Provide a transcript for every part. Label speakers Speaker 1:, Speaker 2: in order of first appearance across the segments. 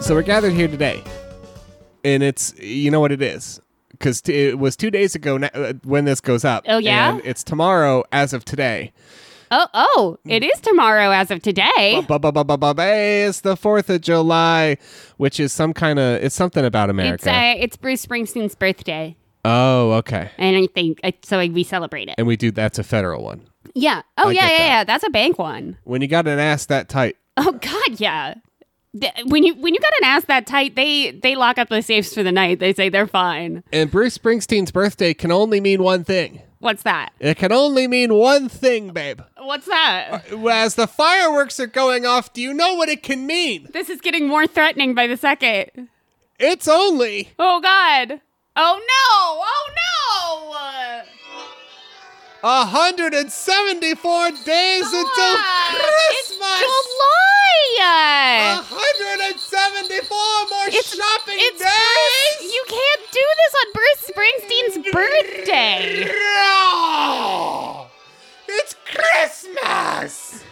Speaker 1: So we're gathered here today, and it's you know what it is because t- it was two days ago na- uh, when this goes up.
Speaker 2: Oh, yeah?
Speaker 1: and it's tomorrow as of today.
Speaker 2: Oh, oh,
Speaker 1: Hmm.
Speaker 2: it is tomorrow as of today.
Speaker 1: Ba ba ba ba ba ba. It's the Fourth of July, which is some kind of it's something about
Speaker 2: It's
Speaker 1: America.
Speaker 2: uh, it's Bruce Springsteen's birthday,
Speaker 1: oh, okay.
Speaker 2: and I think I- so. We celebrate it.
Speaker 1: And we do that's a federal one.
Speaker 2: Yeah. Oh,
Speaker 1: I
Speaker 2: yeah,
Speaker 1: get
Speaker 2: yeah,
Speaker 1: that.
Speaker 2: yeah. That's a bank one.
Speaker 1: When you got an ass that tight,
Speaker 2: Oh God, yeah. Th- When you when you got an ass that tight, they they lock up the safes for the night. They say they're fine.
Speaker 1: and Bruce Springsteen's birthday can only mean one thing.
Speaker 2: What's that?
Speaker 1: It can only mean one thing, babe.
Speaker 2: What's
Speaker 1: Uh,
Speaker 2: that?
Speaker 1: As the fireworks are going off, do you know what it can mean?
Speaker 2: This is getting more threatening by the second.
Speaker 1: It's only
Speaker 2: Oh God. Oh no. Oh no.
Speaker 1: 174 days until
Speaker 2: July. It's
Speaker 1: Christmas! Oh,
Speaker 2: July.
Speaker 1: 174 more shopping
Speaker 2: it's
Speaker 1: days!
Speaker 2: Bruce, you can't do this on Bruce Springsteen's birthday.
Speaker 1: No! It's Christmas!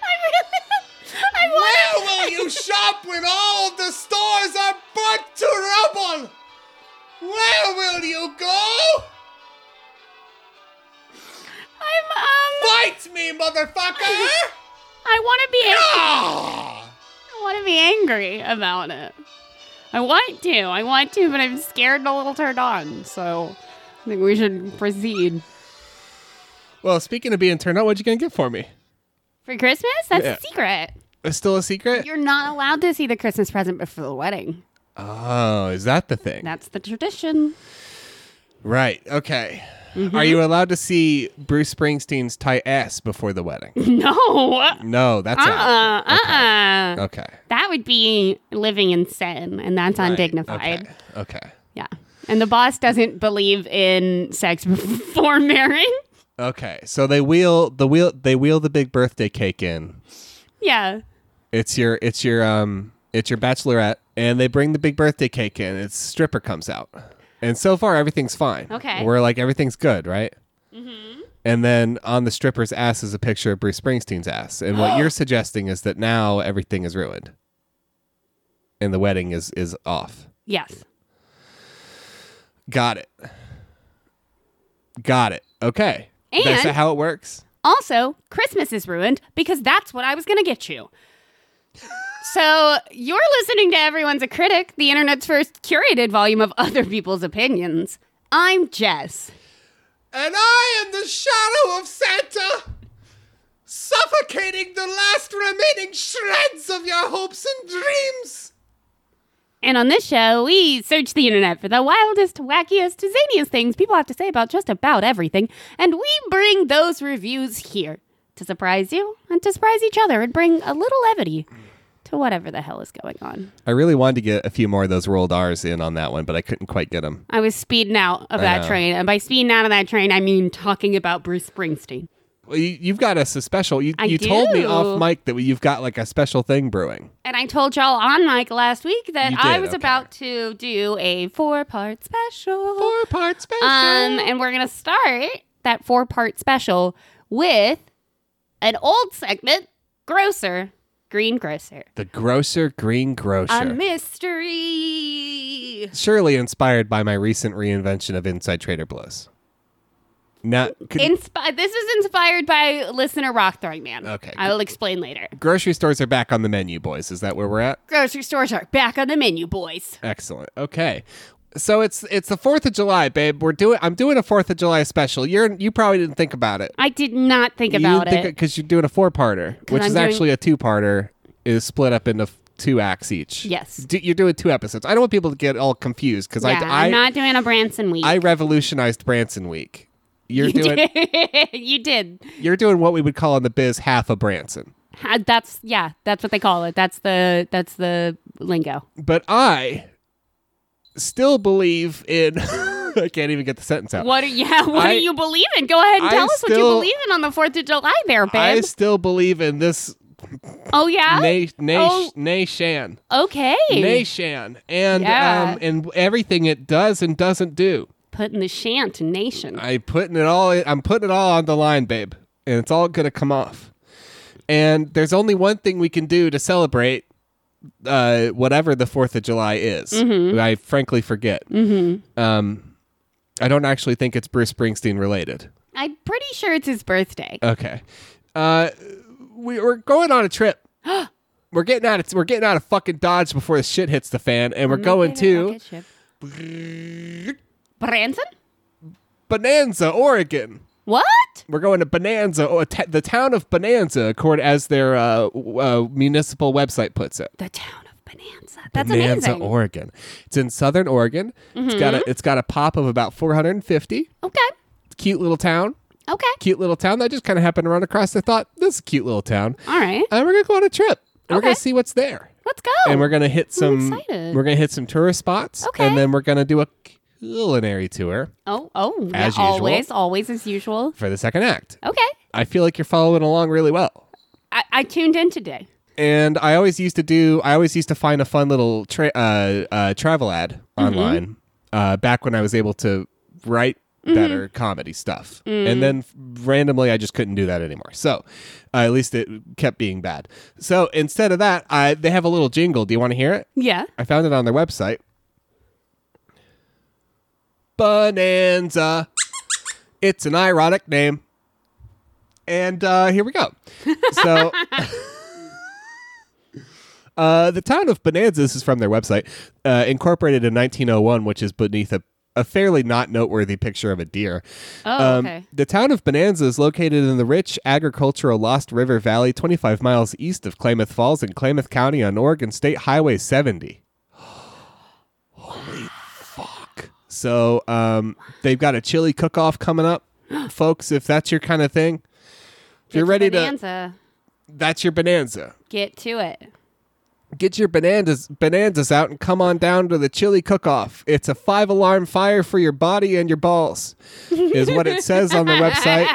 Speaker 2: I really, I
Speaker 1: Where will
Speaker 2: want.
Speaker 1: you shop when all of the stores are burnt to rubble? Where will you go?
Speaker 2: I'm um.
Speaker 1: Fight me, motherfucker!
Speaker 2: I want to be.
Speaker 1: Ah!
Speaker 2: I want to be angry about it. I want to. I want to, but I'm scared and a little turned on. So I think we should proceed.
Speaker 1: Well, speaking of being turned out, what you gonna get for me?
Speaker 2: For Christmas? That's
Speaker 1: Yeah.
Speaker 2: a secret.
Speaker 1: It's still a secret.
Speaker 2: You're not allowed to see the Christmas present before the wedding.
Speaker 1: oh, is that the thing?
Speaker 2: That's the tradition.
Speaker 1: right. Okay.
Speaker 2: Mm-hmm.
Speaker 1: Are you allowed to see Bruce Springsteen's tight ass before the wedding?
Speaker 2: No. Uh
Speaker 1: no, that's
Speaker 2: uh.
Speaker 1: out.
Speaker 2: Uh uh.
Speaker 1: Okay.
Speaker 2: That would be living in sin, and that's
Speaker 1: Right.
Speaker 2: undignified.
Speaker 1: Okay. okay.
Speaker 2: Yeah. And the boss doesn't believe in sex before marrying.
Speaker 1: Okay. So they wheel the wheel they wheel the big birthday cake in.
Speaker 2: Yeah.
Speaker 1: It's your it's your um it's your bachelorette and they bring the big birthday cake in. It's stripper comes out. And so far everything's fine.
Speaker 2: Okay. Mm-hmm.
Speaker 1: We're like everything's good, right? And then on the stripper's ass is a picture of Bruce Springsteen's ass. And what you're suggesting is that now everything is ruined. And the wedding is is off.
Speaker 2: Yes.
Speaker 1: Got it. Got it. Okay. That's
Speaker 2: And-
Speaker 1: how it works.
Speaker 2: Also, Christmas is ruined because that's what I was going to get you. so, you're listening to Everyone's a Critic, the internet's first curated volume of other people's opinions. I'm Jess.
Speaker 1: And I am the shadow of Santa, suffocating the last remaining shreds of your hopes and dreams.
Speaker 2: And on this show, we search the internet for the wildest, wackiest, zaniest things people have to say about just about everything. And we bring those reviews here to surprise you and to surprise each other and bring a little levity to whatever the hell is going on.
Speaker 1: I really wanted to get a few more of those rolled R's in on that one, but I couldn't quite get them.
Speaker 2: I was speeding out of that
Speaker 1: know.
Speaker 2: train. And by speeding out of that train, I mean talking about Bruce Springsteen.
Speaker 1: Well, you, you've got us a special. You,
Speaker 2: I
Speaker 1: you told me
Speaker 2: do.
Speaker 1: off mic that you've got like a special thing brewing.
Speaker 2: And I told y'all on mic last week that
Speaker 1: You
Speaker 2: I
Speaker 1: did,
Speaker 2: was
Speaker 1: okay.
Speaker 2: about to do a four part special.
Speaker 1: Four part special.
Speaker 2: Um, and we're gonna start that four part special with an old segment, Grocer, Green Grocer.
Speaker 1: the Grocer Green Grocer.
Speaker 2: A mystery.
Speaker 1: Surely inspired by my recent reinvention of Inside Trader Blues. Now, could,
Speaker 2: Inspi- this is inspired by listener Rock Throwing Man.
Speaker 1: Okay,
Speaker 2: I will explain later.
Speaker 1: grocery stores are back on the menu, boys. Is that where we're at?
Speaker 2: Grocery stores are back on the menu, boys.
Speaker 1: Excellent. Okay. So it's it's the Fourth of July, babe. We're doing. I'm doing a Fourth of July special. You're you probably didn't think about it.
Speaker 2: I did not think about it.
Speaker 1: because you're doing a four parter, which
Speaker 2: I'm
Speaker 1: is
Speaker 2: doing-
Speaker 1: actually a two parter. Is split up into f- two acts each.
Speaker 2: Yes.
Speaker 1: Do, you're doing two episodes. I don't want people to get all confused because
Speaker 2: yeah,
Speaker 1: I
Speaker 2: am
Speaker 1: I,
Speaker 2: not doing a Branson week.
Speaker 1: I revolutionized Branson Week. You're doing
Speaker 2: did. you did.
Speaker 1: you're doing what we would call in the biz half a Branson.
Speaker 2: Uh, That's yeah. That's what they call it. That's the that's the lingo.
Speaker 1: But I still believe in I can't even get the sentence out.
Speaker 2: What are yeah? What
Speaker 1: I-
Speaker 2: do you believe in? Go ahead
Speaker 1: I
Speaker 2: and tell us what you
Speaker 1: still-
Speaker 2: believe in on the Fourth of July, there,
Speaker 1: I
Speaker 2: babe.
Speaker 1: still believe in this
Speaker 2: oh yeah.
Speaker 1: Nay Nay
Speaker 2: Oh.
Speaker 1: Nay Shan.
Speaker 2: okay.
Speaker 1: Nay Shan. And
Speaker 2: Yeah.
Speaker 1: um and everything it does and doesn't do.
Speaker 2: Putting the shant in nation.
Speaker 1: I putting it all I'm putting it all on the line, babe. And it's all gonna come off. And there's only one thing we can do to celebrate uh, whatever the Fourth of July is.
Speaker 2: Mm-hmm.
Speaker 1: I frankly forget. Um, I don't actually think it's Bruce Springsteen related.
Speaker 2: I'm pretty sure it's his birthday.
Speaker 1: Okay. Uh, we, we're going on a trip. we're getting out of we're getting out of fucking Dodge before the shit hits the fan, and we're going to
Speaker 2: Branson.
Speaker 1: Bonanza, Oregon.
Speaker 2: What?
Speaker 1: We're going to Bonanza, or t- the town of Bonanza, according as their uh, w- uh, municipal website puts it.
Speaker 2: The town of Bonanza. That's
Speaker 1: Bonanza,
Speaker 2: amazing. Mm-hmm.
Speaker 1: Oregon. It's in southern Oregon. It's got a it's got a pop of about 450.
Speaker 2: okay.
Speaker 1: It's a cute little town.
Speaker 2: Okay.
Speaker 1: Cute little town. That just kind of happened to run across. I thought this is a cute little town,
Speaker 2: All right.
Speaker 1: and we're gonna go on a trip. And We're
Speaker 2: Okay.
Speaker 1: gonna see what's there,
Speaker 2: Let's go.
Speaker 1: Uh, and we're gonna hit some.
Speaker 2: Oh, excited.
Speaker 1: We're gonna hit some tourist spots,
Speaker 2: Okay.
Speaker 1: and then we're gonna do a culinary tour
Speaker 2: oh, oh, yeah,
Speaker 1: As usual.
Speaker 2: always, always as usual.
Speaker 1: for the second act.
Speaker 2: Okay.
Speaker 1: I feel like you're following along really well.
Speaker 2: I, I tuned in today.
Speaker 1: and I always used to do. I always used to find a fun little tra- uh, uh, travel ad
Speaker 2: Mm-hmm.
Speaker 1: online uh, back when I was able to write
Speaker 2: Mm-hmm.
Speaker 1: better comedy stuff,
Speaker 2: Mm.
Speaker 1: and then f- randomly I just couldn't do that anymore. So uh, at least it kept being bad. So instead of that, I, they have a little jingle. Do you want to hear it?
Speaker 2: Yeah.
Speaker 1: I found it on their website. Bonanza. It's an ironic name. And uh, here we go. So. Uh, the town of Bonanza, this is from their website, uh, incorporated in 1901, which is beneath a, a fairly not noteworthy picture of a deer.
Speaker 2: Oh, okay.
Speaker 1: The town of Bonanza is located in the rich agricultural Lost River Valley, 25 miles east of Klamath Falls in Klamath County on Oregon State Highway 70. Holy fuck. So um, they've got a chili cook off coming up, folks, if that's your kind of thing. If you're ready to,
Speaker 2: Bonanza,
Speaker 1: that's your bonanza.
Speaker 2: get to it.
Speaker 1: Get your bananas bananas out and come on down to the chili cook-off. It's a five alarm fire for your body and your balls, is what it says on the website.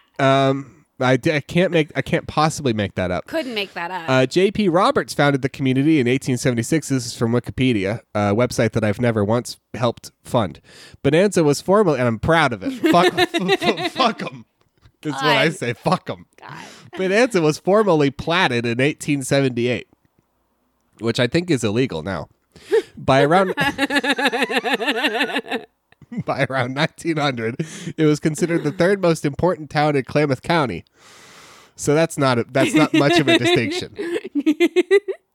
Speaker 1: Um, I, d- I can't make I can't possibly make that up.
Speaker 2: Couldn't make that up.
Speaker 1: Uh, J.P. Roberts founded the community in 1876. This is from Wikipedia, a website that I've never once helped fund. Bonanza was formally, and I'm proud of it. Fuck, fuck 'em. That's what I
Speaker 2: God.
Speaker 1: say. Fuck them. Bonanza was formally platted in 1878, which I think is illegal now. By around by around 1900, it was considered the third most important town in Klamath County. So that's not a, that's not much of a distinction.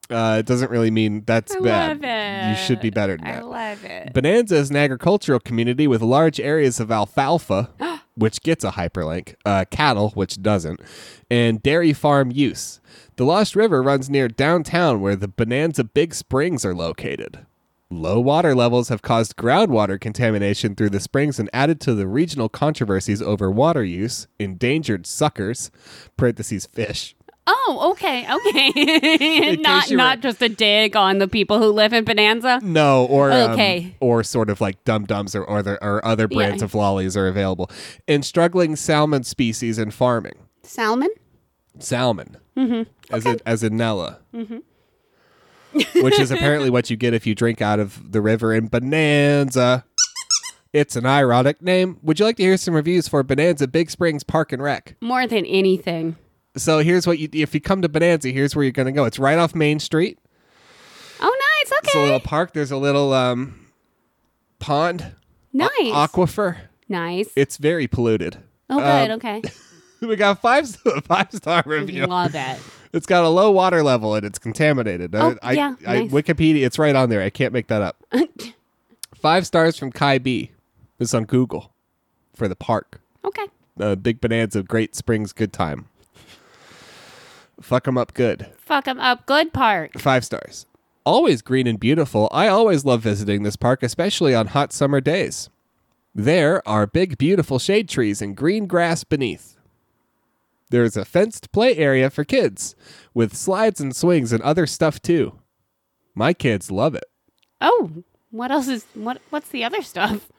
Speaker 1: Uh, it doesn't really mean that's
Speaker 2: I
Speaker 1: bad.
Speaker 2: love it.
Speaker 1: You should be better than
Speaker 2: I
Speaker 1: that.
Speaker 2: love it.
Speaker 1: Bonanza is an agricultural community with large areas of alfalfa, which gets a hyperlink, uh, cattle, which doesn't, and dairy farm use. The Lost River runs near downtown where the Bonanza Big Springs are located. Low water levels have caused groundwater contamination through the springs and added to the regional controversies over water use, endangered suckers, parentheses fish,
Speaker 2: Oh, okay, okay.
Speaker 1: In
Speaker 2: not
Speaker 1: case you were-
Speaker 2: not just a dig on the people who live in Bonanza.
Speaker 1: No, or um,
Speaker 2: Okay.
Speaker 1: or sort of like dum dums or other or other brands
Speaker 2: Yeah.
Speaker 1: of lollies are available. And struggling salmon species in farming,
Speaker 2: Salmon.
Speaker 1: salmon
Speaker 2: Mm-hmm.
Speaker 1: as in as in Nella, which is apparently what you get if you drink out of the river in Bonanza. It's an ironic name. Would you like to hear some reviews for Bonanza Big Springs Park and Rec?
Speaker 2: More than anything.
Speaker 1: So here's what you if you come to Bonanza, here's where you're going to go. It's right off Main Street.
Speaker 2: Oh, nice.
Speaker 1: It's a
Speaker 2: Okay.
Speaker 1: little park. There's a little um pond,
Speaker 2: nice.
Speaker 1: aquifer.
Speaker 2: nice.
Speaker 1: It's very polluted.
Speaker 2: oh,
Speaker 1: uh,
Speaker 2: good. okay.
Speaker 1: We got five st- five star review.
Speaker 2: Love it.
Speaker 1: It's got a low water level and it's contaminated.
Speaker 2: Oh,
Speaker 1: I,
Speaker 2: yeah,
Speaker 1: I,
Speaker 2: nice.
Speaker 1: Wikipedia, it's right on there. I can't make that up. five stars from Kai B. It's on Google for the park.
Speaker 2: Okay.
Speaker 1: Uh, Big Bonanza, Great Springs, good time. Fuck 'em up good.
Speaker 2: Fuck 'em up. Good park.
Speaker 1: Five stars. Always green and beautiful. I always love visiting this park, especially on hot summer days. There are big, beautiful shade trees and green grass beneath. There is a fenced play area for kids with slides and swings and other stuff too. My kids love it.
Speaker 2: Oh, what else is what? What's the other stuff?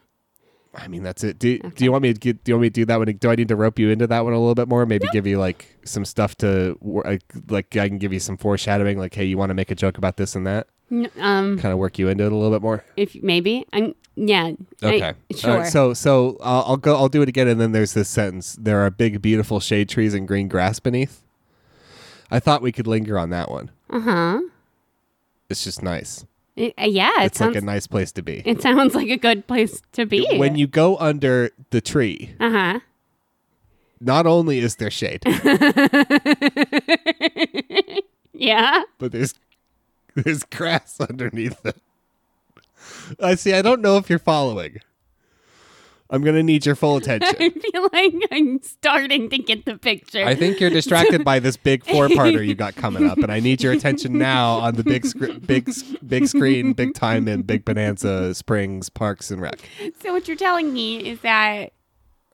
Speaker 1: I mean, that's it. Do, do you want me to get, do you want me to do that one? Do I need to rope you into that one a little bit more? Maybe give you like some stuff to wor- like, like I can give you some foreshadowing. Like, hey, you want to make a joke about this and that?
Speaker 2: N- Um,
Speaker 1: Kind of work you into it a little bit more.
Speaker 2: if maybe I'm yeah. I-
Speaker 1: Okay.
Speaker 2: sure.
Speaker 1: All right, so so I'll, I'll go. I'll do it again, and then there's this sentence: "There are big, beautiful shade trees and green grass beneath." I thought we could linger on that one.
Speaker 2: uh huh.
Speaker 1: It's just nice.
Speaker 2: yeah, it
Speaker 1: It's
Speaker 2: sounds
Speaker 1: like a nice place to be.
Speaker 2: it sounds like a good place to be.
Speaker 1: When you go under the tree,
Speaker 2: uh huh.
Speaker 1: not only is there shade,
Speaker 2: Yeah.
Speaker 1: but there's there's grass underneath it. I see. I don't know if you're following. I'm gonna need your full attention.
Speaker 2: I feel like I'm starting to get the picture.
Speaker 1: I think you're distracted by this big four-parter you got coming up, and I need your attention now on the big, scr- big, s- big screen, big time in Big Bonanza Springs Parks and Rec.
Speaker 2: so what you're telling me is that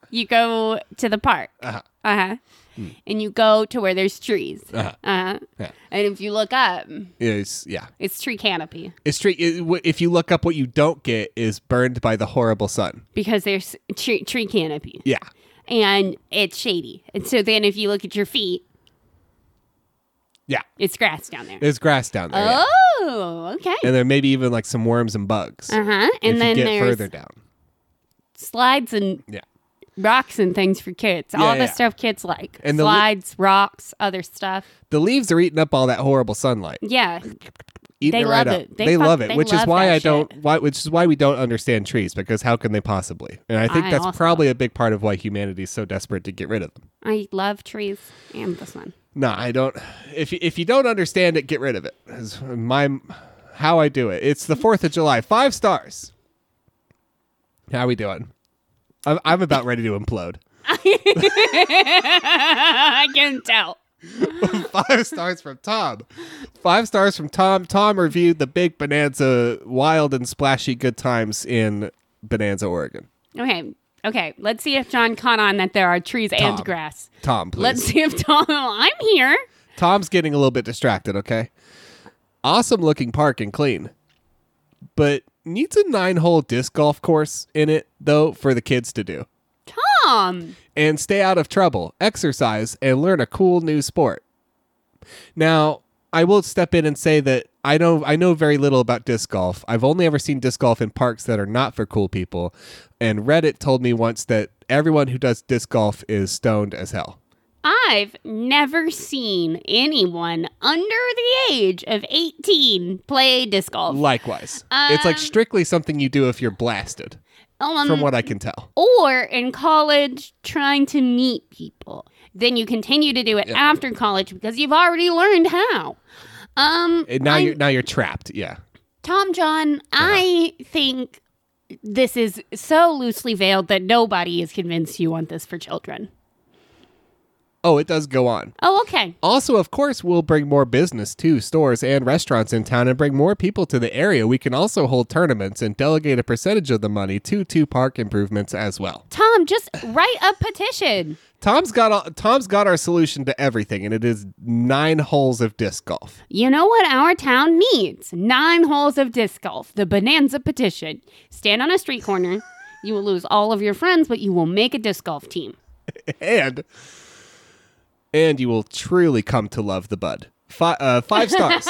Speaker 2: you go to the park.
Speaker 1: Uh-huh.
Speaker 2: Uh-huh. And you go to where there's trees.
Speaker 1: Uh-huh.
Speaker 2: Uh-huh.
Speaker 1: Yeah.
Speaker 2: And if you look up,
Speaker 1: Is yeah,
Speaker 2: it's tree canopy
Speaker 1: it's tree. It, w- if you look up, what you don't get is burned by the horrible sun.
Speaker 2: because there's tree, tree canopy
Speaker 1: Yeah,
Speaker 2: and it's shady. And so then if you look at your feet,
Speaker 1: yeah.
Speaker 2: it's grass down there.
Speaker 1: There's grass down there, yeah.
Speaker 2: Oh, okay.
Speaker 1: and there may be even like some worms and bugs.
Speaker 2: Uh huh.
Speaker 1: if
Speaker 2: And then
Speaker 1: you get
Speaker 2: there's
Speaker 1: further down,
Speaker 2: slides and
Speaker 1: yeah.
Speaker 2: rocks and things for kids.
Speaker 1: Yeah,
Speaker 2: all the
Speaker 1: yeah.
Speaker 2: stuff kids like.
Speaker 1: And the li-
Speaker 2: Slides, rocks, other stuff.
Speaker 1: The leaves are eating up all that horrible sunlight.
Speaker 2: Yeah.
Speaker 1: Eating
Speaker 2: They
Speaker 1: it right
Speaker 2: love
Speaker 1: up.
Speaker 2: it.
Speaker 1: They,
Speaker 2: They
Speaker 1: love
Speaker 2: fuck-
Speaker 1: it,
Speaker 2: they
Speaker 1: which is
Speaker 2: love
Speaker 1: why
Speaker 2: that
Speaker 1: I don't. Why, which is why we don't understand trees because how can they possibly? And I think
Speaker 2: I
Speaker 1: that's
Speaker 2: also-
Speaker 1: probably a big part of why humanity is so desperate to get rid of them.
Speaker 2: I love trees and the sun.
Speaker 1: No, I don't. If you, if you don't understand it, get rid of it. Is my how I do it. It's the Fourth of July. Five stars. How we doing? I'm, I'm about ready to implode.
Speaker 2: I can tell.
Speaker 1: Five stars from Tom. Five stars from Tom. Tom reviewed the Big Bonanza Wild and Splashy Good Times in Bonanza, Oregon.
Speaker 2: Okay. Okay. Let's see if John caught on that there are trees
Speaker 1: Tom,
Speaker 2: and grass.
Speaker 1: Tom, please.
Speaker 2: Let's see if Tom. oh, I'm here.
Speaker 1: Tom's getting a little bit distracted, okay? Awesome looking park and clean, but needs a nine hole disc golf course in it, though, for the kids to do.
Speaker 2: Tom.
Speaker 1: And stay out of trouble, exercise, and learn a cool new sport. Now, I will step in and say that I know I know very little about disc golf. I've only ever seen disc golf in parks that are not for cool people. And Reddit told me once that everyone who does disc golf is stoned as hell.
Speaker 2: I've never seen anyone under the age of 18 play disc golf.
Speaker 1: Likewise. it's like strictly something you do if you're blasted,
Speaker 2: Um,
Speaker 1: from what I can tell.
Speaker 2: or in college trying to meet people. Then you continue to do it after college because you've already learned how. Um,
Speaker 1: And Eh, now
Speaker 2: I'm-
Speaker 1: you're now you're trapped. Yeah.
Speaker 2: Tom John, I think this is so loosely veiled that nobody is convinced you want this for children.
Speaker 1: Oh, it does go on.
Speaker 2: Oh, okay.
Speaker 1: Also, of course, we'll bring more business to stores and restaurants in town and bring more people to the area. We can also hold tournaments and delegate a percentage of the money to two park improvements as well.
Speaker 2: Tom, just write a petition.
Speaker 1: Tom's got all, Tom's got our solution to everything and it is 9 holes of disc golf.
Speaker 2: You know what our town needs? Nine holes of disc golf, the Bonanza petition. Stand on a street corner. You will lose all of your friends, but you will make a disc golf team.
Speaker 1: and and you will truly come to love the bud. Five, uh, five stars.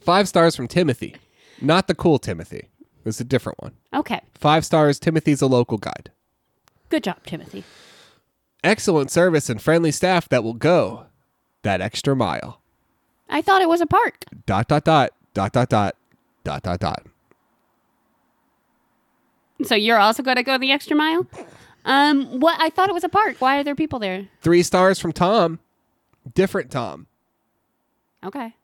Speaker 1: five stars from Timothy, not the cool Timothy. It's a different one.
Speaker 2: Okay.
Speaker 1: Five stars. Timothy's a local guide.
Speaker 2: Good job, Timothy.
Speaker 1: Excellent service and friendly staff that will go that extra mile.
Speaker 2: I thought it was a park.
Speaker 1: Dot dot dot dot dot dot dot dot dot.
Speaker 2: So you're also going to go the extra mile? Um, what? I thought it was a park. Why are there people there?
Speaker 1: Three stars from Tom. Different Tom.
Speaker 2: Okay.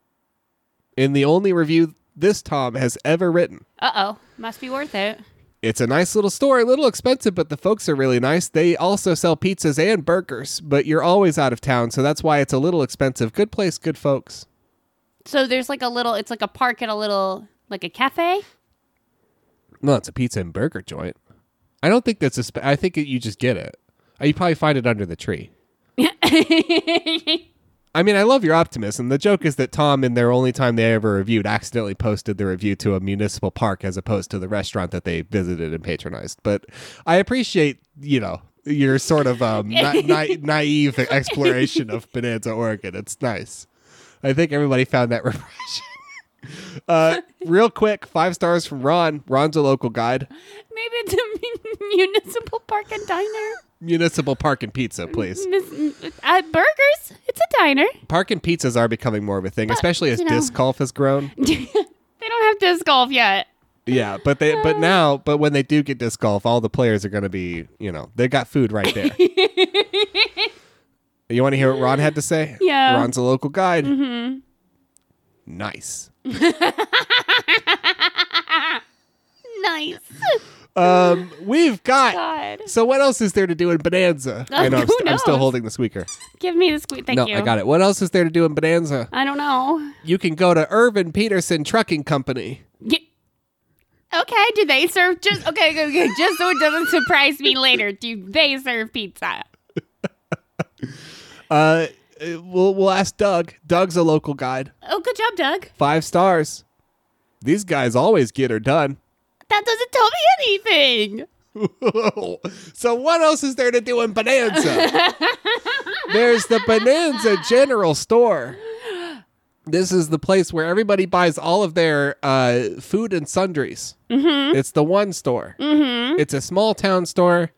Speaker 1: In the only review this Tom has ever written.
Speaker 2: Uh oh. Must be worth it.
Speaker 1: It's a nice little store, a little expensive, but the folks are really nice. They also sell pizzas and burgers, but you're always out of town, so that's why it's a little expensive. Good place, good folks.
Speaker 2: So there's like a little, it's like a park and a little, like a cafe.
Speaker 1: No, it's a pizza and burger joint. I don't think that's a. Spe- I think that you just get it. Uh, You probably find it under the tree. I mean, I love your optimism. The joke is that Tom, in their only time they ever reviewed, accidentally posted the review to a municipal park as opposed to the restaurant that they visited and patronized. But I appreciate, you know, your sort of um, na- na- naive exploration of Bonanza, Oregon. It's nice. I think everybody found that refreshing. Uh, real quick, five stars from Ron. Ron's a local guide.
Speaker 2: Maybe it's a municipal park and diner.
Speaker 1: Municipal park and pizza, please.
Speaker 2: Mis- uh, burgers. It's a diner.
Speaker 1: Park and pizzas are becoming more of a thing, especially as
Speaker 2: you know-
Speaker 1: disc golf has grown.
Speaker 2: they don't have disc golf yet.
Speaker 1: Yeah, but they but now but when they do get disc golf, all the players are going to be you know they got food right there. you want to hear what Ron had to say?
Speaker 2: Yeah.
Speaker 1: Ron's a local guide. Mm-hmm. Nice.
Speaker 2: Nice.
Speaker 1: Um, we've got.
Speaker 2: God.
Speaker 1: So what else is there to do in Bonanza? I know I'm,
Speaker 2: who
Speaker 1: st- I'm still
Speaker 2: knows?
Speaker 1: holding the squeaker.
Speaker 2: Give me the squeak. Thank
Speaker 1: no,
Speaker 2: you.
Speaker 1: I got it. What else is there to do in Bonanza?
Speaker 2: I don't know.
Speaker 1: You can go to Irvin Peterson Trucking Company.
Speaker 2: Ye- Okay, do they serve just okay, okay, okay, just so it doesn't surprise me later. Do they serve pizza?
Speaker 1: Uh, uh, we'll we'll ask Doug. Doug's a local guide.
Speaker 2: Oh, good job, Doug.
Speaker 1: Five stars. These guys always get her done.
Speaker 2: That doesn't tell me anything.
Speaker 1: so what else is there to do in Bonanza? There's the Bonanza General Store. This is the place where everybody buys all of their uh, food and sundries. It's the one store. It's a small town store.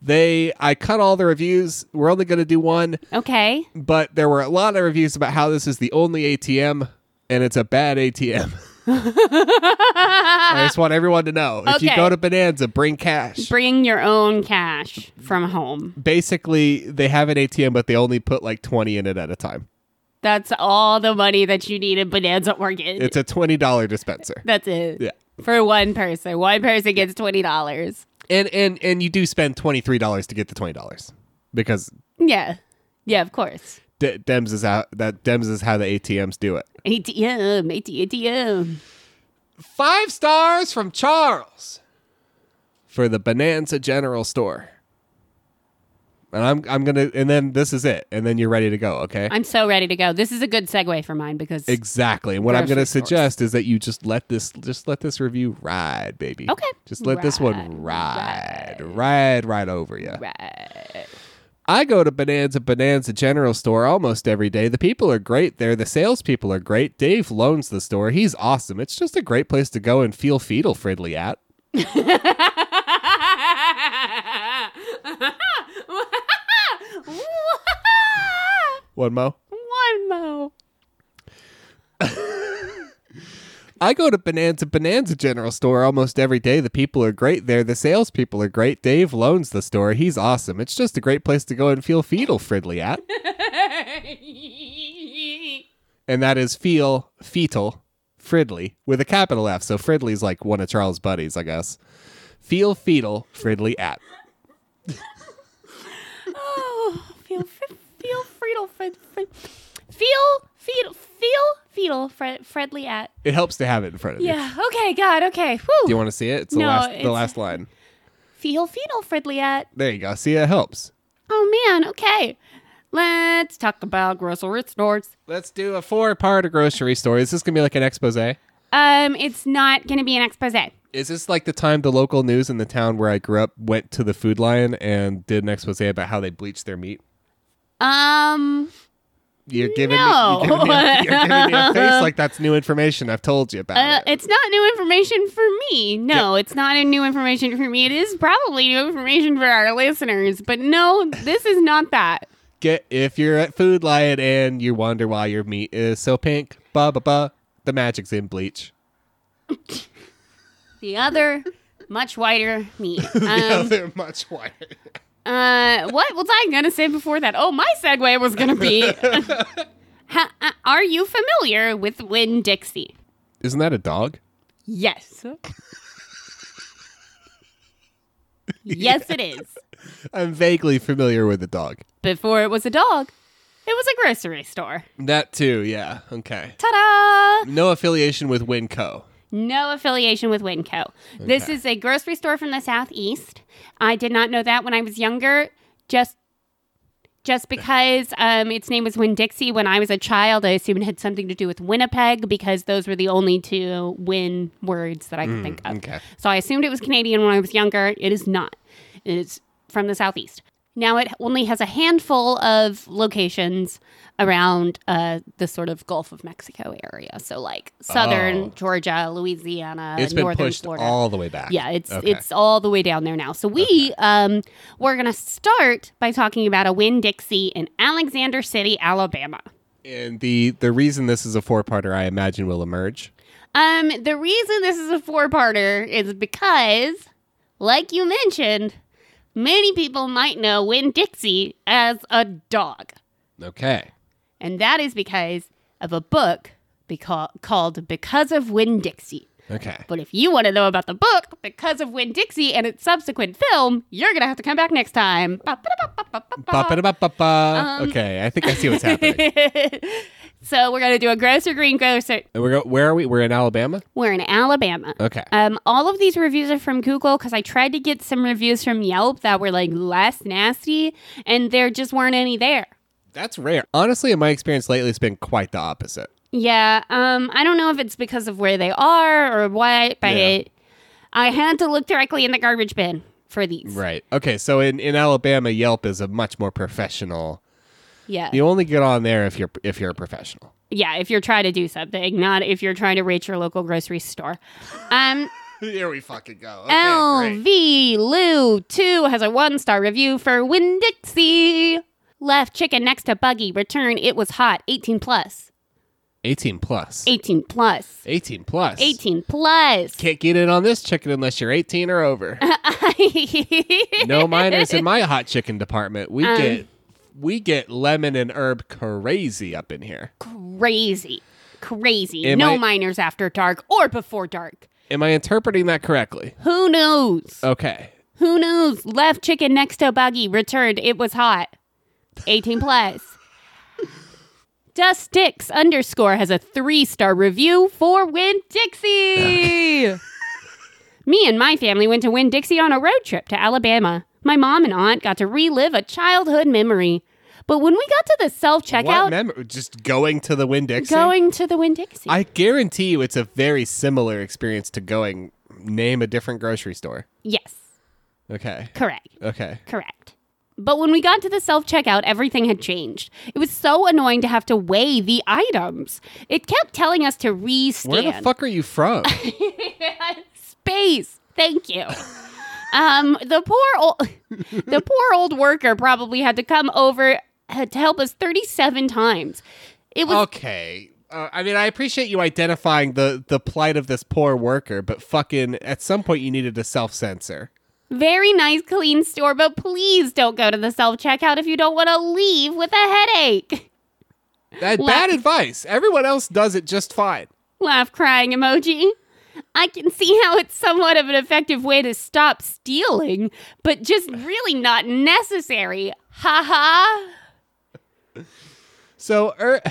Speaker 1: They, I cut all the reviews. We're only going to do one,
Speaker 2: Okay.
Speaker 1: but there were a lot of reviews about how this is the only ATM and it's a bad ATM. I just want everyone to know if you
Speaker 2: Okay.
Speaker 1: go to Bonanza, bring cash
Speaker 2: Bring your own cash from home.
Speaker 1: basically they have an ATM, but they only put like twenty in it at a time.
Speaker 2: That's all the money that you need in Bonanza Orchid.
Speaker 1: It's a twenty dollar dispenser.
Speaker 2: That's it.
Speaker 1: Yeah.
Speaker 2: For one person. One person gets twenty dollars.
Speaker 1: And and and you do spend twenty three dollars to get the twenty dollars because
Speaker 2: Yeah. Yeah, of course.
Speaker 1: D- Dems is how that Dems is how the ATMs do it.
Speaker 2: ATM, ATM.
Speaker 1: Five stars from Charles for the Bonanza General Store. And I'm I'm gonna and then this is it and then you're ready to go. Okay.
Speaker 2: I'm so ready to go. This is a good segue for mine because
Speaker 1: Exactly. And what I'm
Speaker 2: Grocery
Speaker 1: going to
Speaker 2: stores.
Speaker 1: suggest is that you just let this just let this review ride, baby.
Speaker 2: Okay.
Speaker 1: Just let this one ride,
Speaker 2: Ride,
Speaker 1: ride, right over you.
Speaker 2: Right.
Speaker 1: I go to Bonanza Bonanza General Store almost every day. The people are great there. The salespeople are great. Dave loans the store. He's awesome. It's just a great place to go and feel fetal friendly at. One mo.
Speaker 2: One mo.
Speaker 1: I go to Bonanza Bonanza General Store almost every day. The people are great there. The salespeople are great. Dave loans the store. He's awesome. It's just a great place to go and feel fetal friendly at. and that is feel fetal fridley with a capital f so fridley's like one of charles buddies i guess feel fetal fridley at
Speaker 2: oh, feel fr- feel fetal fred, fred, feel fetal feel fetal fred, friendly at.
Speaker 1: it helps to have it in front of you
Speaker 2: Yeah. Okay. God. Okay.
Speaker 1: do
Speaker 2: Whew.
Speaker 1: you want to see it it's the
Speaker 2: No,
Speaker 1: last the
Speaker 2: it's-
Speaker 1: last line
Speaker 2: Feel fetal friendly at.
Speaker 1: there you go see it helps
Speaker 2: Oh man. Okay. Let's talk about grocery stores.
Speaker 1: let's do a four part grocery store is this gonna be like an expose
Speaker 2: Um, it's not going to be an expose.
Speaker 1: is this like the time the local news in the town where i grew up went to the food lion and did an expose about how they bleached their meat
Speaker 2: Um,
Speaker 1: you're giving,
Speaker 2: No.
Speaker 1: me, you're, giving me a, you're giving me a face like that's new information i've told you about
Speaker 2: uh,
Speaker 1: it.
Speaker 2: it's not new information for me. No, it's not a new information for me. It is probably new information for our listeners, but no, this is not that.
Speaker 1: Get if you're at Food Lion and you wonder why your meat is so pink, ba ba ba, the magic's in bleach.
Speaker 2: The other, much whiter meat.
Speaker 1: yeah,
Speaker 2: Um,
Speaker 1: they're much whiter.
Speaker 2: uh, what was I going to say before that? Oh, my segue was going to be Ha- uh, Are you familiar with Win Dixie?
Speaker 1: Isn't that a dog?
Speaker 2: Yes. yes, it is.
Speaker 1: I'm vaguely familiar with the dog.
Speaker 2: Before it was a dog, it was a grocery store.
Speaker 1: That too, yeah. Okay.
Speaker 2: Ta da!
Speaker 1: No affiliation with Winco.
Speaker 2: No affiliation with Winco. This
Speaker 1: Okay.
Speaker 2: is a grocery store from the southeast. I did not know that when I was younger. Just just because um, its name was Winn Dixie when I was a child, I assumed it had something to do with Winnipeg because those were the only two win words that I could think of.
Speaker 1: Hmm, okay.
Speaker 2: So I assumed it was Canadian when I was younger. It is not. It is from the southeast. Now it only has a handful of locations around uh, the sort of Gulf of Mexico area. So like southern
Speaker 1: Oh.
Speaker 2: Georgia, Louisiana,
Speaker 1: It's been
Speaker 2: northern
Speaker 1: pushed
Speaker 2: Florida.
Speaker 1: all the way back.
Speaker 2: Yeah, it's
Speaker 1: Okay.
Speaker 2: it's all the way down there now. So we um we're gonna start by talking about a Win Dixie in Alexander City, Alabama.
Speaker 1: and the the reason this is a four parter, I imagine, will emerge.
Speaker 2: Um, the reason this is a four parter is because, like you mentioned, many people might know Win Dixie as a dog,
Speaker 1: Okay.
Speaker 2: and that is because of a book beca- called Because of Win Dixie.
Speaker 1: Okay.
Speaker 2: But if you want to know about the book because of Win Dixie and its subsequent film, you're gonna have to come back next time. Ba-ba-da-ba-ba-ba-ba.
Speaker 1: Ba-ba-da-ba-ba-ba. okay, I think I see what's happening.
Speaker 2: so we're gonna do a grocer green grocer.
Speaker 1: And we're go- where are we? We're in Alabama.
Speaker 2: We're in Alabama.
Speaker 1: Okay.
Speaker 2: Um, all of these reviews are from Google because I tried to get some reviews from Yelp that were like less nasty, and there just weren't any there.
Speaker 1: That's rare. Honestly, in my experience lately, it's been quite the opposite.
Speaker 2: Yeah, um, I don't know if it's because of where they are or what, but
Speaker 1: Yeah.
Speaker 2: I had to look directly in the garbage bin for these.
Speaker 1: Right. Okay. So in, in Alabama, Yelp is a much more professional.
Speaker 2: Yeah,
Speaker 1: You only get on there if you're if you're a professional.
Speaker 2: yeah. If you're trying to do something, not if you're trying to rate your local grocery store. Um,
Speaker 1: Here we fucking go. Okay,
Speaker 2: Oh.
Speaker 1: great.
Speaker 2: LV Lou 2 has a one star review for Winn Dixie. Left chicken next to buggy. Return. It was hot. 18 plus.
Speaker 1: Eighteen plus.
Speaker 2: 18 plus.
Speaker 1: Eighteen plus.
Speaker 2: 18 plus.
Speaker 1: Can't get in on this chicken unless you're eighteen or over. no minors in my hot chicken department. We get we get lemon and herb crazy up in here.
Speaker 2: Crazy. Crazy.
Speaker 1: Am
Speaker 2: no
Speaker 1: I-
Speaker 2: minors after dark or before dark.
Speaker 1: Am I interpreting that correctly?
Speaker 2: Who knows?
Speaker 1: Okay.
Speaker 2: Who knows? Left chicken next to buggy. Returned. It was hot. 18 plus. Dust Dix underscore has a three star review for Win Dixie. Me and my family went to Win Dixie on a road trip to Alabama. My mom and aunt got to relive a childhood memory. But when we got to the self
Speaker 1: What
Speaker 2: checkout,
Speaker 1: mem- just going to the Winn Dixie?
Speaker 2: going to the Win Dixie.
Speaker 1: I guarantee you it's a very similar experience to going name a different grocery store.
Speaker 2: yes,
Speaker 1: Okay.
Speaker 2: correct.
Speaker 1: Okay.
Speaker 2: Correct. But when we got to the self checkout, everything had changed. It was so annoying to have to weigh the items. It kept telling us to rescan.
Speaker 1: Where the fuck are you from?
Speaker 2: Space. Thank you. um, the poor old, the poor old worker probably had to come over uh, to help us thirty-seven times. It was
Speaker 1: okay. Uh, I mean, I appreciate you identifying the the plight of this poor worker, but fucking at some point you needed to self censor.
Speaker 2: very nice, clean store, but please don't go to the self checkout if you don't want to leave with a headache.
Speaker 1: That
Speaker 2: Let-
Speaker 1: bad advice. Everyone else does it just fine.
Speaker 2: Laugh crying emoji. I can see how it's somewhat of an effective way to stop stealing, but just really not necessary. Ha ha.
Speaker 1: So er-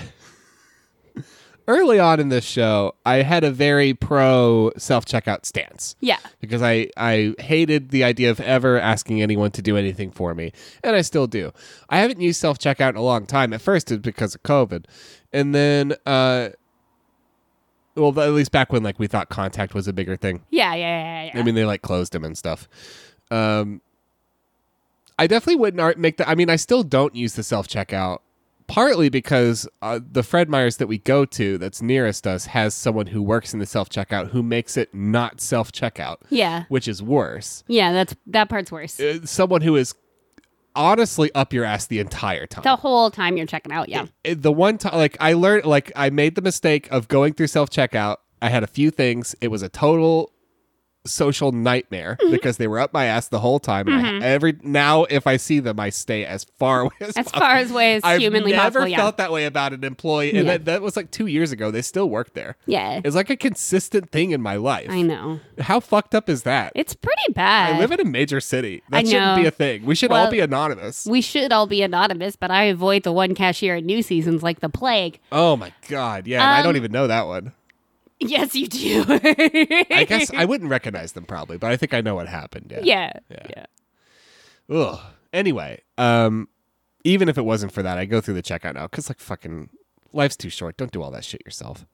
Speaker 1: early on in this show, I had a very pro self checkout stance.
Speaker 2: Yeah.
Speaker 1: because I, I hated the idea of ever asking anyone to do anything for me. And I still do. I haven't used self checkout in a long time. At first, it's because of COVID. And then, uh, well, at least back when like we thought contact was a bigger thing.
Speaker 2: Yeah, yeah, yeah, yeah.
Speaker 1: I mean, they like closed them and stuff. Um, I definitely wouldn't ar- make the. I mean, I still don't use the self checkout, partly because uh, the Fred Meyer's that we go to, that's nearest us, has someone who works in the self checkout who makes it not self checkout,
Speaker 2: yeah.
Speaker 1: which is worse.
Speaker 2: Yeah, that's that part's worse.
Speaker 1: Uh, someone who is honestly up your ass the entire time.
Speaker 2: the whole time you're checking out, yeah.
Speaker 1: Uh, the one time, like I learned, like I made the mistake of going through self checkout. I had a few things. It was a total social nightmare
Speaker 2: Mm-hmm.
Speaker 1: because they were up my ass the whole time. and I- every now, if I see them, I stay as far away as,
Speaker 2: As
Speaker 1: possible.
Speaker 2: far as way as
Speaker 1: I've
Speaker 2: humanly
Speaker 1: never
Speaker 2: possible, yeah.
Speaker 1: felt that way about an employee, and
Speaker 2: Yeah.
Speaker 1: that, that was like two years ago. They still work there.
Speaker 2: yeah.
Speaker 1: It's like a consistent thing in my life.
Speaker 2: I know.
Speaker 1: How fucked up is that?
Speaker 2: It's pretty bad.
Speaker 1: I live in a major city. That
Speaker 2: I
Speaker 1: shouldn't be
Speaker 2: know.
Speaker 1: a thing. We should all
Speaker 2: Well-
Speaker 1: be anonymous.
Speaker 2: we should all be anonymous, but I avoid the one cashier at New Seasons like the plague.
Speaker 1: Oh my god, yeah, and I don't
Speaker 2: Um,
Speaker 1: even know that one.
Speaker 2: Yes, you do.
Speaker 1: I guess I wouldn't recognize them probably, but I think I know what happened. Yeah.
Speaker 2: Yeah.
Speaker 1: Yeah.
Speaker 2: yeah.
Speaker 1: Ugh. Anyway, um, even if it wasn't for that, I go through the checkout now because like fucking life's too short. Don't do all that shit yourself.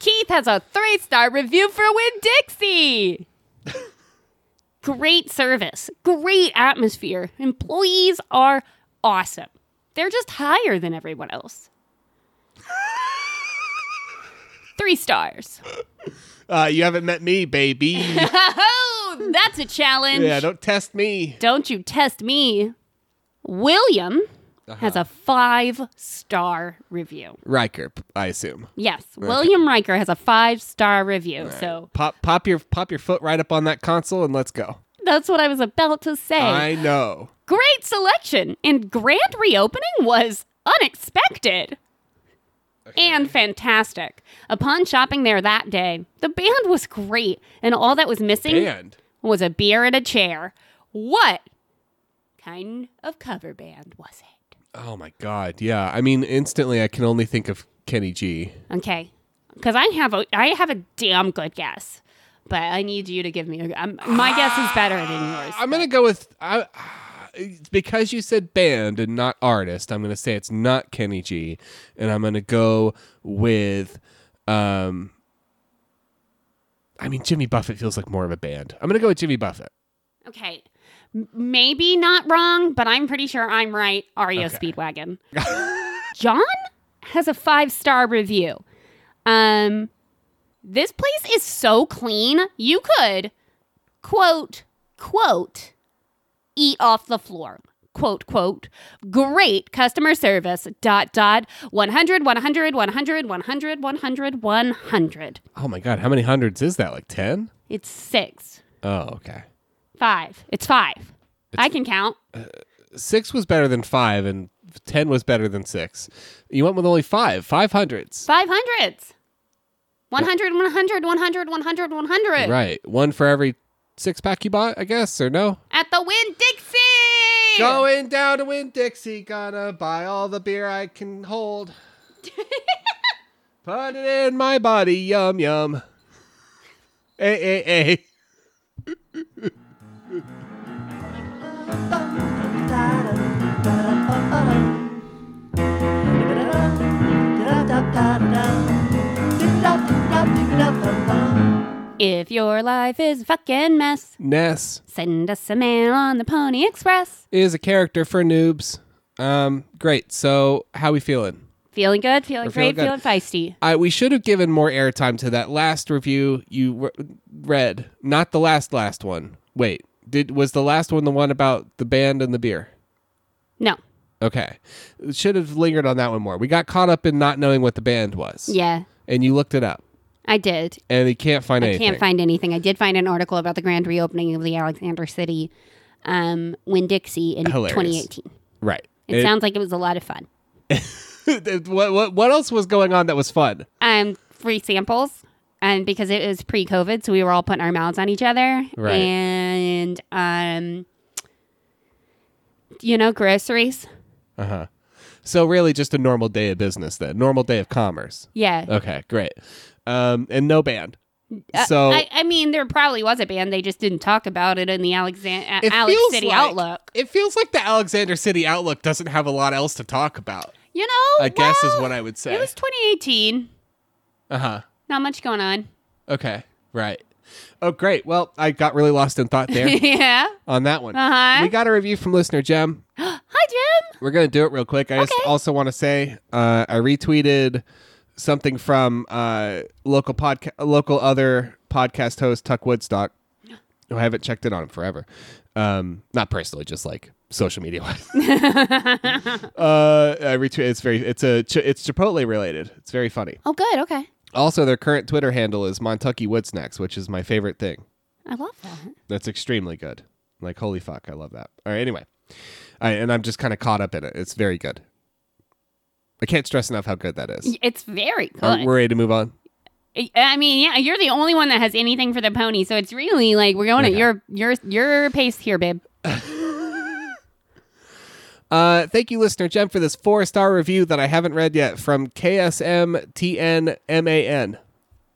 Speaker 2: Keith has a three star review for Win Dixie. Great service, great atmosphere. Employees are awesome. They're just higher than everyone else. three stars.
Speaker 1: Uh, you haven't met me, baby.
Speaker 2: Oh, that's a challenge.
Speaker 1: yeah, don't test me.
Speaker 2: Don't you test me. William
Speaker 1: Uh-huh.
Speaker 2: has a five star review.
Speaker 1: Riker, p- I assume.
Speaker 2: Yes, William Riker has a five star review. So
Speaker 1: Pop, pop your, pop your foot right up on that console and let's go.
Speaker 2: that's what I was about to say.
Speaker 1: I know.
Speaker 2: Great selection and grand reopening was unexpected and fantastic. Upon shopping there that day, the band was great, and all that was missing
Speaker 1: And
Speaker 2: was a beer and a chair. What kind of cover band was it?
Speaker 1: oh my god, yeah. I mean, instantly I can only think of Kenny G.
Speaker 2: Okay, because I have a I have a damn good guess, but I need you to give me a, um, my guess is better than yours.
Speaker 1: I'm gonna go with I, it's because you said band and not artist. I'm gonna say it's not Kenny G, and I'm gonna go with. Um, I mean, Jimmy Buffett feels like more of a band. I'm gonna go with Jimmy Buffett.
Speaker 2: Okay. M- Maybe not wrong, but I'm pretty sure I'm right. Ario
Speaker 1: Okay.
Speaker 2: Speedwagon. John has a five star review. Um, this place is so clean. You could quote quote eat off the floor. Quote quote great customer service dot dot 100 100 100 100 100 100.
Speaker 1: Oh my god, how many hundreds is that? Like ten?
Speaker 2: It's six
Speaker 1: Oh, okay.
Speaker 2: five. It's five. I can count.
Speaker 1: Six was better than five, and ten was better than six. You went with only five, five hundreds.
Speaker 2: Five hundreds. 100, 100, 100, 100, 100.
Speaker 1: Right, one for every six pack you bought, I guess, or no?
Speaker 2: At the Win Dixie.
Speaker 1: Going down to Win Dixie, gonna buy all the beer I can hold. Put it in my body, yum yum. Hey, hey, hey.
Speaker 2: If your life is a fucking mess,
Speaker 1: Ness
Speaker 2: send us a mail on the Pony Express.
Speaker 1: is a character for noobs. Um, great. So, how we feeling?
Speaker 2: Feeling good, feeling
Speaker 1: We're feeling
Speaker 2: great,
Speaker 1: good.
Speaker 2: feeling feisty.
Speaker 1: I, we should have given more airtime to that last review you re- read, not the last last one. Wait, did was the last one the one about the band and the beer?
Speaker 2: No.
Speaker 1: Okay, should have lingered on that one more. We got caught up in not knowing what the band was.
Speaker 2: Yeah,
Speaker 1: and you looked it up
Speaker 2: I did.
Speaker 1: and you can't find
Speaker 2: I
Speaker 1: anything.
Speaker 2: can't find anything. I did find an article about the grand reopening of the Alexander City um, Win Dixie in
Speaker 1: Hilarious.
Speaker 2: 2018.
Speaker 1: right.
Speaker 2: It, sounds like it was a lot of fun.
Speaker 1: what, what what else was going on that was fun?
Speaker 2: um, free samples. And because it was pre COVID, so we were all putting our mouths on each other.
Speaker 1: Right.
Speaker 2: And, um, you know, groceries.
Speaker 1: So really just a normal day of business then. Normal day of commerce.
Speaker 2: Yeah. Uh,
Speaker 1: Okay, great. Um and no band. So
Speaker 2: I, I mean, there probably was a band. They just didn't talk about it in the Alexan- uh,
Speaker 1: it
Speaker 2: Alex
Speaker 1: feels
Speaker 2: City
Speaker 1: like-
Speaker 2: Outlook.
Speaker 1: It feels like the Alexander City Outlook doesn't have a lot else to talk about.
Speaker 2: You know?
Speaker 1: I guess is
Speaker 2: well,
Speaker 1: what I would say.
Speaker 2: It was 2018.
Speaker 1: uh-huh.
Speaker 2: Not much going on.
Speaker 1: Okay. Right. Oh great. Well, I got really lost in thought there
Speaker 2: yeah.
Speaker 1: on that one.
Speaker 2: Uh-huh.
Speaker 1: We got a review from listener Jem.
Speaker 2: Hi, Jim.
Speaker 1: We're gonna do it real quick. I just
Speaker 2: Okay.
Speaker 1: also want to say uh, I retweeted something from uh, local podcast, local other podcast host Tuck Woodstock, who I haven't checked in on forever. Um, not personally, just like social media wise. uh, I retweet. It's very. It's a. Ch- it's Chipotle related. It's very funny.
Speaker 2: Oh, good. Okay.
Speaker 1: Also, their current Twitter handle is Montucky Wood Snacks, which is my favorite thing.
Speaker 2: I love that.
Speaker 1: That's extremely good. Like, holy fuck, I love that. All right, anyway. I, and I'm just kind of caught up in it. It's very good. I can't stress enough how good that is.
Speaker 2: It's very good.
Speaker 1: Are, we're ready to move on.
Speaker 2: I- I mean, yeah, you're the only one that has anything for the pony, so it's really like we're going
Speaker 1: Okay.
Speaker 2: at your your your pace here, babe.
Speaker 1: Uh, thank you, listener Jem, for this four star review that I haven't read yet from KSMTNMAN.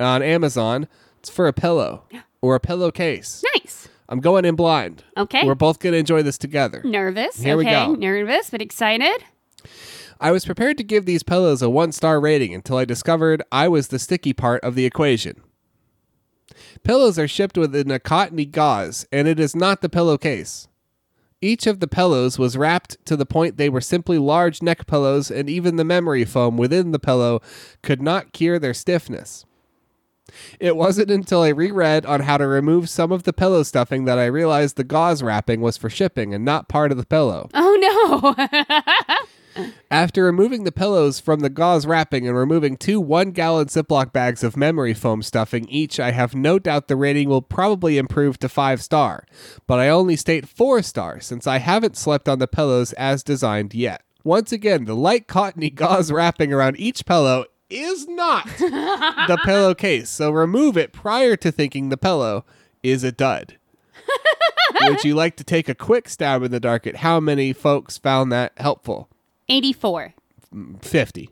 Speaker 1: on Amazon. It's for a pillow or a pillowcase.
Speaker 2: Nice.
Speaker 1: I'm going in blind.
Speaker 2: Okay.
Speaker 1: We're both going to enjoy this together.
Speaker 2: Nervous.
Speaker 1: Here we
Speaker 2: okay.
Speaker 1: go.
Speaker 2: Nervous, but excited.
Speaker 1: I was prepared to give these pillows a one star rating until I discovered I was the sticky part of the equation. Pillows are shipped within a cottony gauze, and it is not the pillowcase. Each of the pillows was wrapped to the point they were simply large neck pillows, and even the memory foam within the pillow could not cure their stiffness. It wasn't until I reread on how to remove some of the pillow stuffing that I realized the gauze wrapping was for shipping and not part of the pillow.
Speaker 2: Oh no.
Speaker 1: After removing the pillows from the gauze wrapping and removing two one gallon Ziploc bags of memory foam stuffing each, I have no doubt the rating will probably improve to five star. But I only state four star since I haven't slept on the pillows as designed yet. Once again, the light cottony gauze wrapping around each pillow is not the pillowcase, so remove it prior to thinking the pillow is a dud. Would you like to take a quick stab in the dark at how many folks found that helpful?
Speaker 2: 84.
Speaker 1: 50.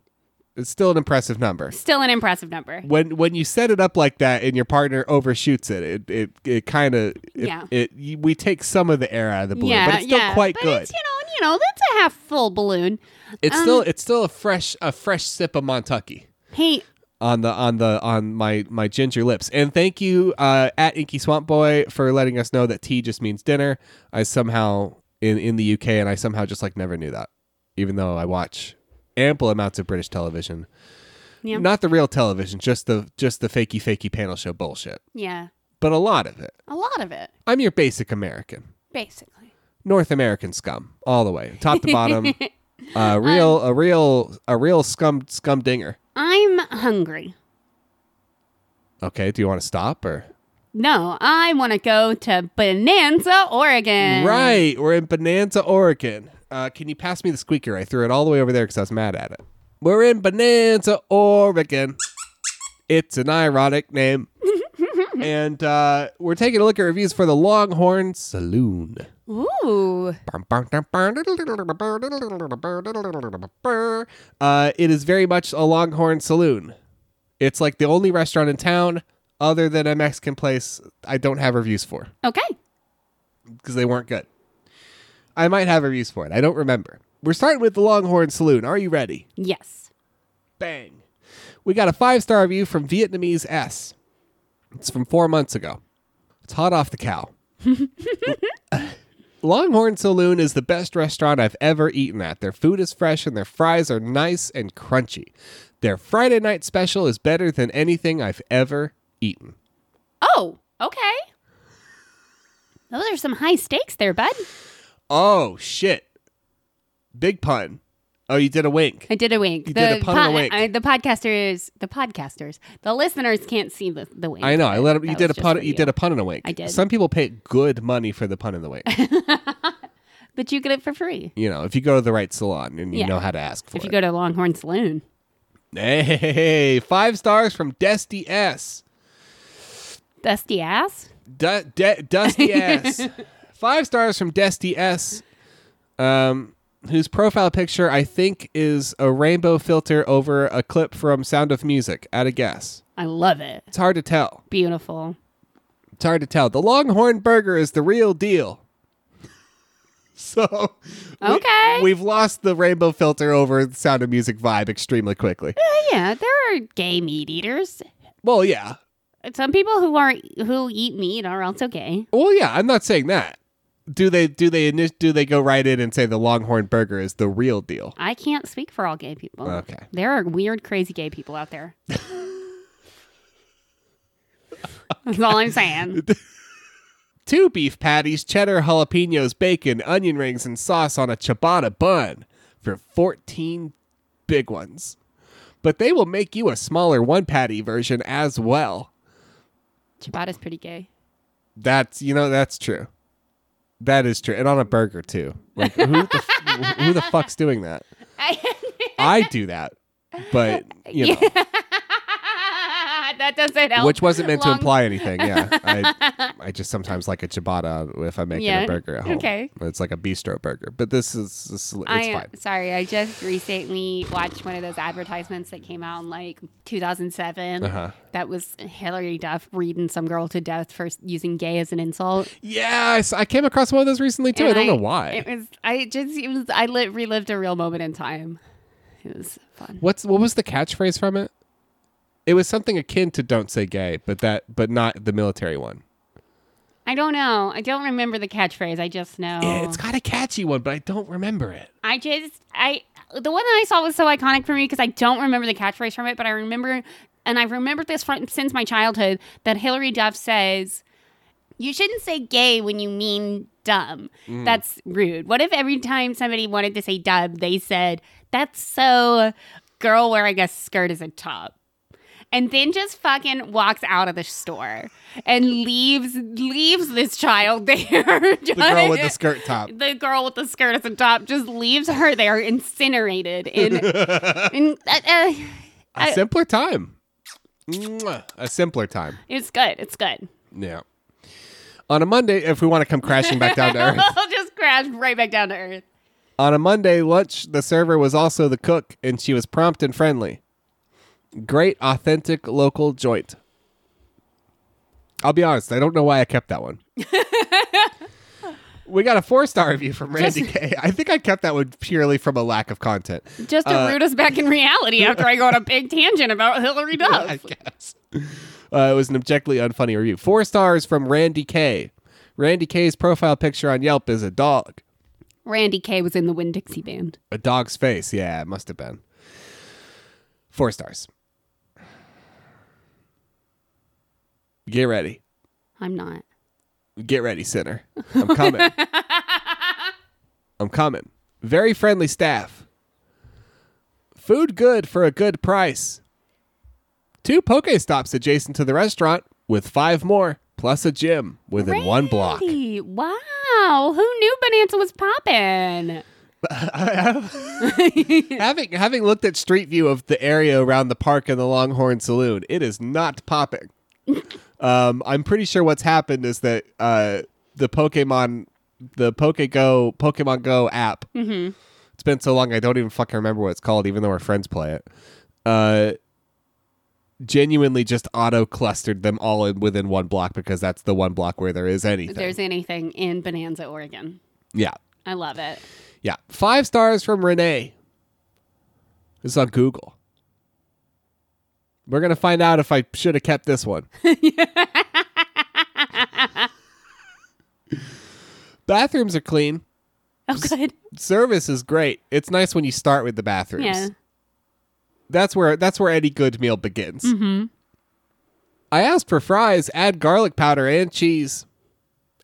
Speaker 1: It's still an impressive number.
Speaker 2: Still an impressive number.
Speaker 1: When when you set it up like that and your partner overshoots it, it it, it kind of
Speaker 2: Yeah.
Speaker 1: it, you we take some of the air out of the balloon,
Speaker 2: yeah,
Speaker 1: but it's still
Speaker 2: yeah.
Speaker 1: quite
Speaker 2: but
Speaker 1: good.
Speaker 2: It's, um, you know, you know, that's a half full balloon.
Speaker 1: It's still it's still a fresh a fresh sip of Montucky
Speaker 2: Hey,
Speaker 1: on the on the on my my ginger lips. And thank you uh, at Inky Swamp Boy for letting us know that tea just means dinner. I somehow in in the UK and I somehow just like never knew that, even though I watch ample amounts of British television.
Speaker 2: Yeah.
Speaker 1: Not the real television, just the just the fakey fakey panel show bullshit.
Speaker 2: yeah,
Speaker 1: But a lot of it.
Speaker 2: a lot of it,
Speaker 1: I'm your basic American.
Speaker 2: basically.
Speaker 1: North American scum all the way, top to bottom. A real, a real, a real scum, scum dinger.
Speaker 2: I'm hungry.
Speaker 1: Okay, do you want to stop or?
Speaker 2: No, I want to go to Bonanza, Oregon.
Speaker 1: Right, we're in Bonanza, Oregon. Uh, can you pass me the squeaker? I threw it all the way over there because I was mad at it. We're in Bonanza, Oregon. It's an ironic name. and uh, we're taking a look at reviews for the Longhorn Saloon.
Speaker 2: Ooh.
Speaker 1: Uh, it is very much a Longhorn Saloon. It's like the only restaurant in town other than a Mexican place I don't have reviews for
Speaker 2: Okay.
Speaker 1: because they weren't good. I might have reviews for it. I don't remember. We're starting with the Longhorn Saloon. Are you ready?
Speaker 2: Yes.
Speaker 1: Bang. We got a five star review from Vietnamese S. It's from four months ago. It's hot off the cow. Longhorn Saloon is the best restaurant I've ever eaten at. Their food is fresh and their fries are nice and crunchy. Their Friday night special is better than anything I've ever eaten.
Speaker 2: Oh. Okay. Those are some high stakes there, bud.
Speaker 1: Oh, shit. Big pun. Oh, you did a wink.
Speaker 2: I did a wink.
Speaker 1: You did a pun and a wink.
Speaker 2: I- the podcasters, the podcasters, the listeners can't see the, the wink.
Speaker 1: I know. I let him.
Speaker 2: That
Speaker 1: You did a
Speaker 2: was just
Speaker 1: pun.
Speaker 2: for
Speaker 1: You did a pun and a wink.
Speaker 2: I did.
Speaker 1: Some people pay good money for the pun and the wink.
Speaker 2: But you get it for free
Speaker 1: you know, if you go to the right salon and you
Speaker 2: Yeah.
Speaker 1: know how to ask for
Speaker 2: if you
Speaker 1: it.
Speaker 2: go to Longhorn Saloon.
Speaker 1: hey, five stars from Dusty S.
Speaker 2: Dusty ass.
Speaker 1: Du- De- Dusty S. Five stars from Dusty S. Um, whose profile picture I think is a rainbow filter over a clip from Sound of Music. At a guess,
Speaker 2: I love it.
Speaker 1: it's hard to tell.
Speaker 2: Beautiful.
Speaker 1: It's hard to tell. The Longhorn Burger is the real deal. So we-
Speaker 2: Okay.
Speaker 1: we've lost the rainbow filter over the sound of music vibe extremely quickly.
Speaker 2: Yeah, there are gay meat eaters.
Speaker 1: Well, yeah.
Speaker 2: Some people who are who eat meat are also gay.
Speaker 1: Well, yeah. I'm not saying that. Do they do they ini- do they go right in and say the Longhorn Burger is the real deal?
Speaker 2: I can't speak for all gay people.
Speaker 1: Okay.
Speaker 2: There are weird, crazy gay people out there. That's all I'm saying.
Speaker 1: Two beef patties, cheddar, jalapenos, bacon, onion rings, and sauce on a ciabatta bun for 14 big ones. But they will make you a smaller one patty version as well.
Speaker 2: Ciabatta's pretty gay.
Speaker 1: That's you know that's true. That is true, and on a burger too. Like who the f- who the fuck's doing that? I do that, but you know
Speaker 2: Yeah. that doesn't help.
Speaker 1: Which wasn't meant
Speaker 2: Long-
Speaker 1: to imply anything. Yeah, I, I just sometimes like a ciabatta if I'm making
Speaker 2: Yeah,
Speaker 1: a burger at home.
Speaker 2: okay.
Speaker 1: it's like a bistro burger, but this is this, it's
Speaker 2: I, uh,
Speaker 1: fine.
Speaker 2: Sorry, I just recently watched one of those advertisements that came out in like 2007.
Speaker 1: Uh-huh.
Speaker 2: That was Hillary Duff reading some girl to death for s- using gay as an insult.
Speaker 1: Yeah, I, s- I came across one of those recently too.
Speaker 2: And
Speaker 1: I don't know why.
Speaker 2: It was. I just. It was. I li- relived a real moment in time. It was fun.
Speaker 1: What's what was the catchphrase from it? It was something akin to "Don't say gay," but that but not the military one.
Speaker 2: I don't know. I don't remember the catchphrase. I just know.
Speaker 1: Yeah, it's got a catchy one, but I don't remember it.
Speaker 2: I just. I. The one that I saw was so iconic for me because I don't remember the catchphrase from it, but I remember, and I've remembered this from since my childhood that Hillary Duff says, "You shouldn't say gay when you mean dumb.
Speaker 1: Mm.
Speaker 2: That's rude. What if every time somebody wanted to say dumb, they said that's so girl wearing a skirt as a top." and then just fucking walks out of the store and leaves leaves this child there. the
Speaker 1: The girl with the skirt top.
Speaker 2: The girl with the skirt at the top just leaves her there incinerated in, in uh, uh,
Speaker 1: A simpler time. Mwah. A simpler time.
Speaker 2: it's good. It's good.
Speaker 1: Yeah. On a Monday, if we want to come crashing back down to earth,
Speaker 2: I'll just crash right back down to earth.
Speaker 1: on a Monday lunch, the server was also the cook, and she was prompt and friendly. Great, authentic local joint. I'll be honest, I don't know why I kept that one. we got a four star review from Randy K. I think I kept that one purely from a lack of content.
Speaker 2: Just to root us back in reality after I go on a big tangent about Hillary
Speaker 1: I
Speaker 2: Duff.
Speaker 1: guess. Uh, it was an objectively unfunny review. Four stars from Randy K. Randy K's profile picture on Yelp is a dog.
Speaker 2: Randy K was in the Win Dixie band.
Speaker 1: A dog's face. Yeah, it must have been. Four stars. Get ready.
Speaker 2: I'm not.
Speaker 1: Get ready, sinner. I'm coming. I'm coming. Very friendly staff. Food good for a good price. Two poke stops adjacent to the restaurant with five more, plus a gym within one block.
Speaker 2: Randy, Wow. Who knew Bonanza was popping?
Speaker 1: having having looked at street view of the area around the park and the Longhorn Saloon, it is not popping. um, I'm pretty sure what's happened is that uh, the Pokemon, the PokeGo Pokemon Go app. It's been so long, I don't even fucking remember what it's called, even though our friends play it. Uh, genuinely just auto clustered them all in within one block because that's the one block where there is anything.
Speaker 2: If there's anything in Bonanza, Oregon.
Speaker 1: yeah.
Speaker 2: I love it.
Speaker 1: Yeah. Five stars from Renee. This is on Google. We're going to find out if I should have kept this one. Bathrooms are clean.
Speaker 2: Oh, good.
Speaker 1: Service is great. It's nice when you start with the bathrooms.
Speaker 2: Yeah.
Speaker 1: That's where that's where any good meal begins. Mm-hmm. I asked for fries, add garlic powder and cheese.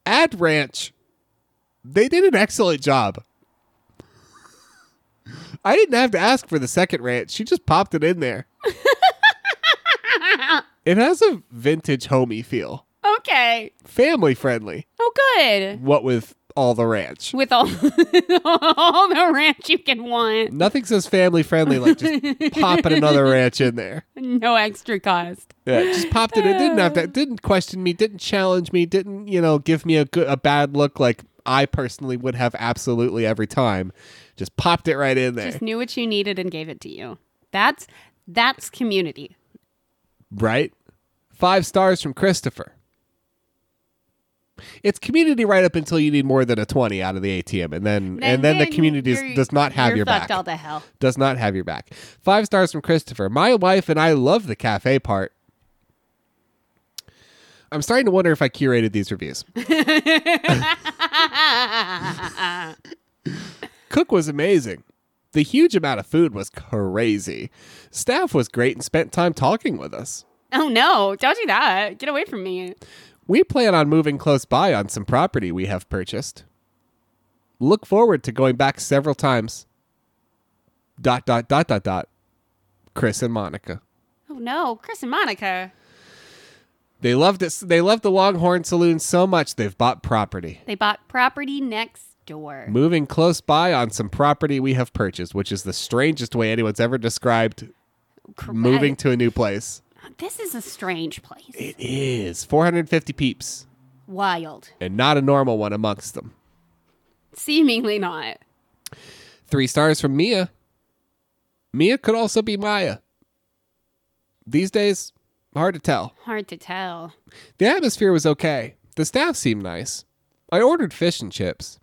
Speaker 1: Add ranch. They did an excellent job. I didn't have to ask for the second ranch. She just popped it in there. it has a vintage homey feel.
Speaker 2: Okay.
Speaker 1: Family friendly.
Speaker 2: Oh, good.
Speaker 1: What with all the ranch.
Speaker 2: With all, all the ranch you can want,
Speaker 1: Nothing says family friendly like just popping another ranch in there.
Speaker 2: no extra cost.
Speaker 1: Yeah, just popped it. It didn't have that. Didn't question me. Didn't challenge me. Didn't you know? Give me a good, a bad look like I personally would have absolutely every time. Just popped it right in there,
Speaker 2: Just knew what you needed and gave it to you. That's that's community.
Speaker 1: right? Five stars from Christopher. It's community right up until you need more than a twenty out of the ATM, and then and then, the community is-
Speaker 2: you're-
Speaker 1: does not have
Speaker 2: you're
Speaker 1: your
Speaker 2: fucked
Speaker 1: back.
Speaker 2: all the hell.
Speaker 1: does not have your back. Five stars from Christopher. My wife and I love the cafe part. I'm starting to wonder if I curated these reviews. Cook was amazing. The huge amount of food was crazy. Staff was great and spent time talking with us.
Speaker 2: Oh no! Don't do that. Get away from me.
Speaker 1: We plan on moving close by on some property we have purchased. Look forward to going back several times. Dot dot dot dot dot. Chris and Monica.
Speaker 2: Oh no, Chris and Monica.
Speaker 1: They loved it. They loved the Longhorn Saloon so much they've bought property.
Speaker 2: They bought property next door.
Speaker 1: Moving close by on some property we have purchased, which is the strangest way anyone's ever described
Speaker 2: Correct.
Speaker 1: moving to a new place.
Speaker 2: This is a strange place.
Speaker 1: It is 450 peeps
Speaker 2: Wild.
Speaker 1: and not a normal one amongst them.
Speaker 2: Seemingly not.
Speaker 1: Three stars from Mia. Mia could also be Maya. These days, hard to tell.
Speaker 2: Hard to tell.
Speaker 1: The atmosphere was okay. The staff seemed nice. I ordered fish and chips.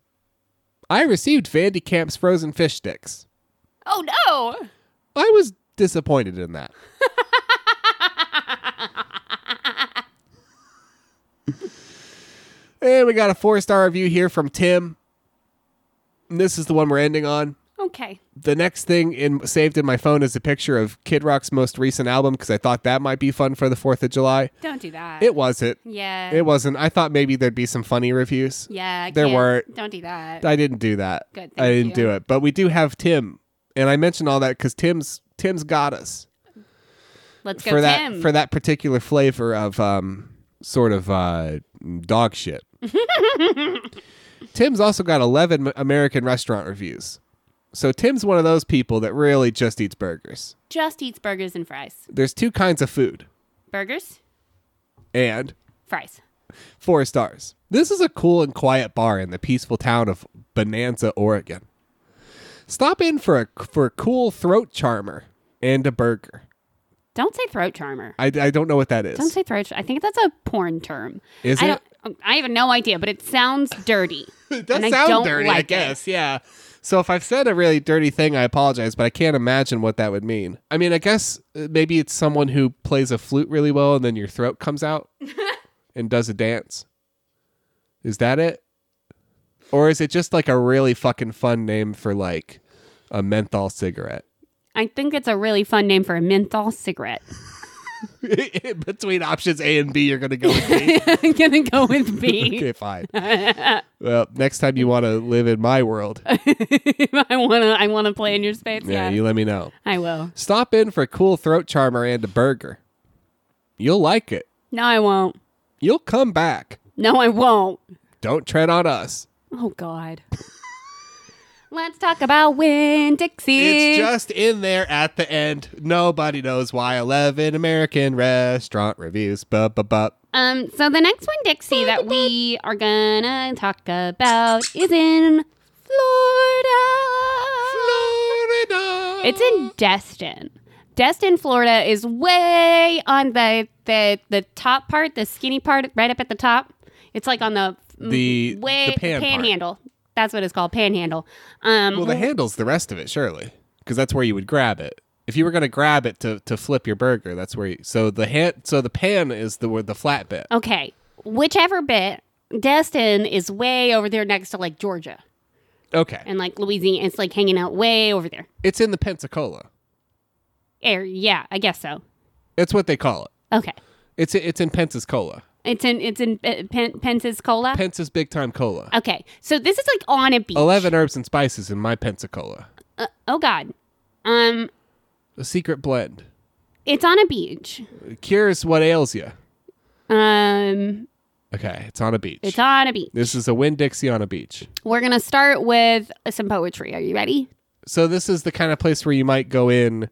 Speaker 1: I received Vandy Camp's frozen fish sticks.
Speaker 2: Oh no!
Speaker 1: I was disappointed in that. and we got a four star review here from Tim. And this is the one we're ending on.
Speaker 2: Okay.
Speaker 1: The next thing in saved in my phone is a picture of Kid Rock's most recent album because I thought that might be fun for the 4th of July.
Speaker 2: Don't do that.
Speaker 1: It wasn't.
Speaker 2: yeah.
Speaker 1: It wasn't. I thought maybe there'd be some funny reviews.
Speaker 2: yeah. I
Speaker 1: there
Speaker 2: can't-
Speaker 1: weren't.
Speaker 2: Don't do that.
Speaker 1: I didn't do that.
Speaker 2: Good,
Speaker 1: I
Speaker 2: thank
Speaker 1: didn't
Speaker 2: you.
Speaker 1: do it. But we do have Tim, and I mentioned all that because Tim's Tim's got us
Speaker 2: Let's go,
Speaker 1: for that
Speaker 2: Tim.
Speaker 1: for that particular flavor of um sort of uh dog shit. Tim's also got 11 M- American restaurant reviews. So Tim's one of those people that really just eats burgers.
Speaker 2: Just eats burgers and fries.
Speaker 1: There's two kinds of food
Speaker 2: Burgers,
Speaker 1: and
Speaker 2: fries.
Speaker 1: four stars. This is a cool and quiet bar in the peaceful town of Bonanza, Oregon. Stop in for a for a cool throat charmer and a burger.
Speaker 2: Don't say throat charmer.
Speaker 1: I, I don't know what that is.
Speaker 2: Don't say throat. char- I think that's a porn term.
Speaker 1: Is
Speaker 2: I
Speaker 1: it?
Speaker 2: Don't, I have no idea, but it sounds dirty.
Speaker 1: It does
Speaker 2: and I
Speaker 1: sound
Speaker 2: don't
Speaker 1: dirty, I
Speaker 2: like it.
Speaker 1: guess. Yeah. So if I've said a really dirty thing, I apologize, but I can't imagine what that would mean. I mean, I guess uh, maybe it's someone who plays a flute really well and then your throat comes out and does a dance. Is that it? Or is it just like a really fucking fun name for like a menthol cigarette?
Speaker 2: I think it's a really fun name for a menthol cigarette.
Speaker 1: Between options A and B, you're going to go with B.
Speaker 2: I'm gonna go with B.
Speaker 1: okay, fine. well, next time you want to live in my world,
Speaker 2: I wanna I wanna play in your space.
Speaker 1: yeah,
Speaker 2: Yeah,
Speaker 1: you let me know.
Speaker 2: I will.
Speaker 1: Stop in for a cool throat charmer and a burger. You'll like it.
Speaker 2: No, I won't.
Speaker 1: You'll come back.
Speaker 2: No, I won't.
Speaker 1: Don't tread on us.
Speaker 2: Oh God. Let's talk about Win Dixie.
Speaker 1: It's just in there at the end. Nobody knows why 11 American restaurant reviews. Bup, bup, bup.
Speaker 2: um, so the next Win Dixie that we are gonna talk about is in Florida.
Speaker 1: Florida.
Speaker 2: It's in Destin. Destin, Florida is way on the the the top part, the skinny part, right up at the top. It's like on the
Speaker 1: The-
Speaker 2: way
Speaker 1: the pan part.
Speaker 2: panhandle. That's what it's called, panhandle. Um,
Speaker 1: Well, the handle's the rest of it, surely. Because that's where you would grab it. If you were going to grab it to, to flip your burger, that's where you. So the hand, so the pan is the where the flat bit.
Speaker 2: Okay. Whichever bit, Destin is way over there next to like Georgia
Speaker 1: Okay.
Speaker 2: and like Louisiana. It's like hanging out way over there.
Speaker 1: It's in the Pensacola.
Speaker 2: Air, yeah, I guess so.
Speaker 1: That's what they call it.
Speaker 2: Okay.
Speaker 1: It's it's in Pensacola.
Speaker 2: It's in it's in uh, Pen- Pensacola.
Speaker 1: Pence's Big Time Cola.
Speaker 2: okay. So this is like on a beach.
Speaker 1: 11 herbs and spices in my Pensacola.
Speaker 2: Uh, oh god. Um
Speaker 1: A secret blend.
Speaker 2: it's on a beach.
Speaker 1: It cures what ails you.
Speaker 2: Um
Speaker 1: Okay, it's on a beach.
Speaker 2: it's on a beach.
Speaker 1: this is a Win Dixie on a beach.
Speaker 2: We're going to start with some poetry. Are you ready?
Speaker 1: So this is the kind of place where you might go in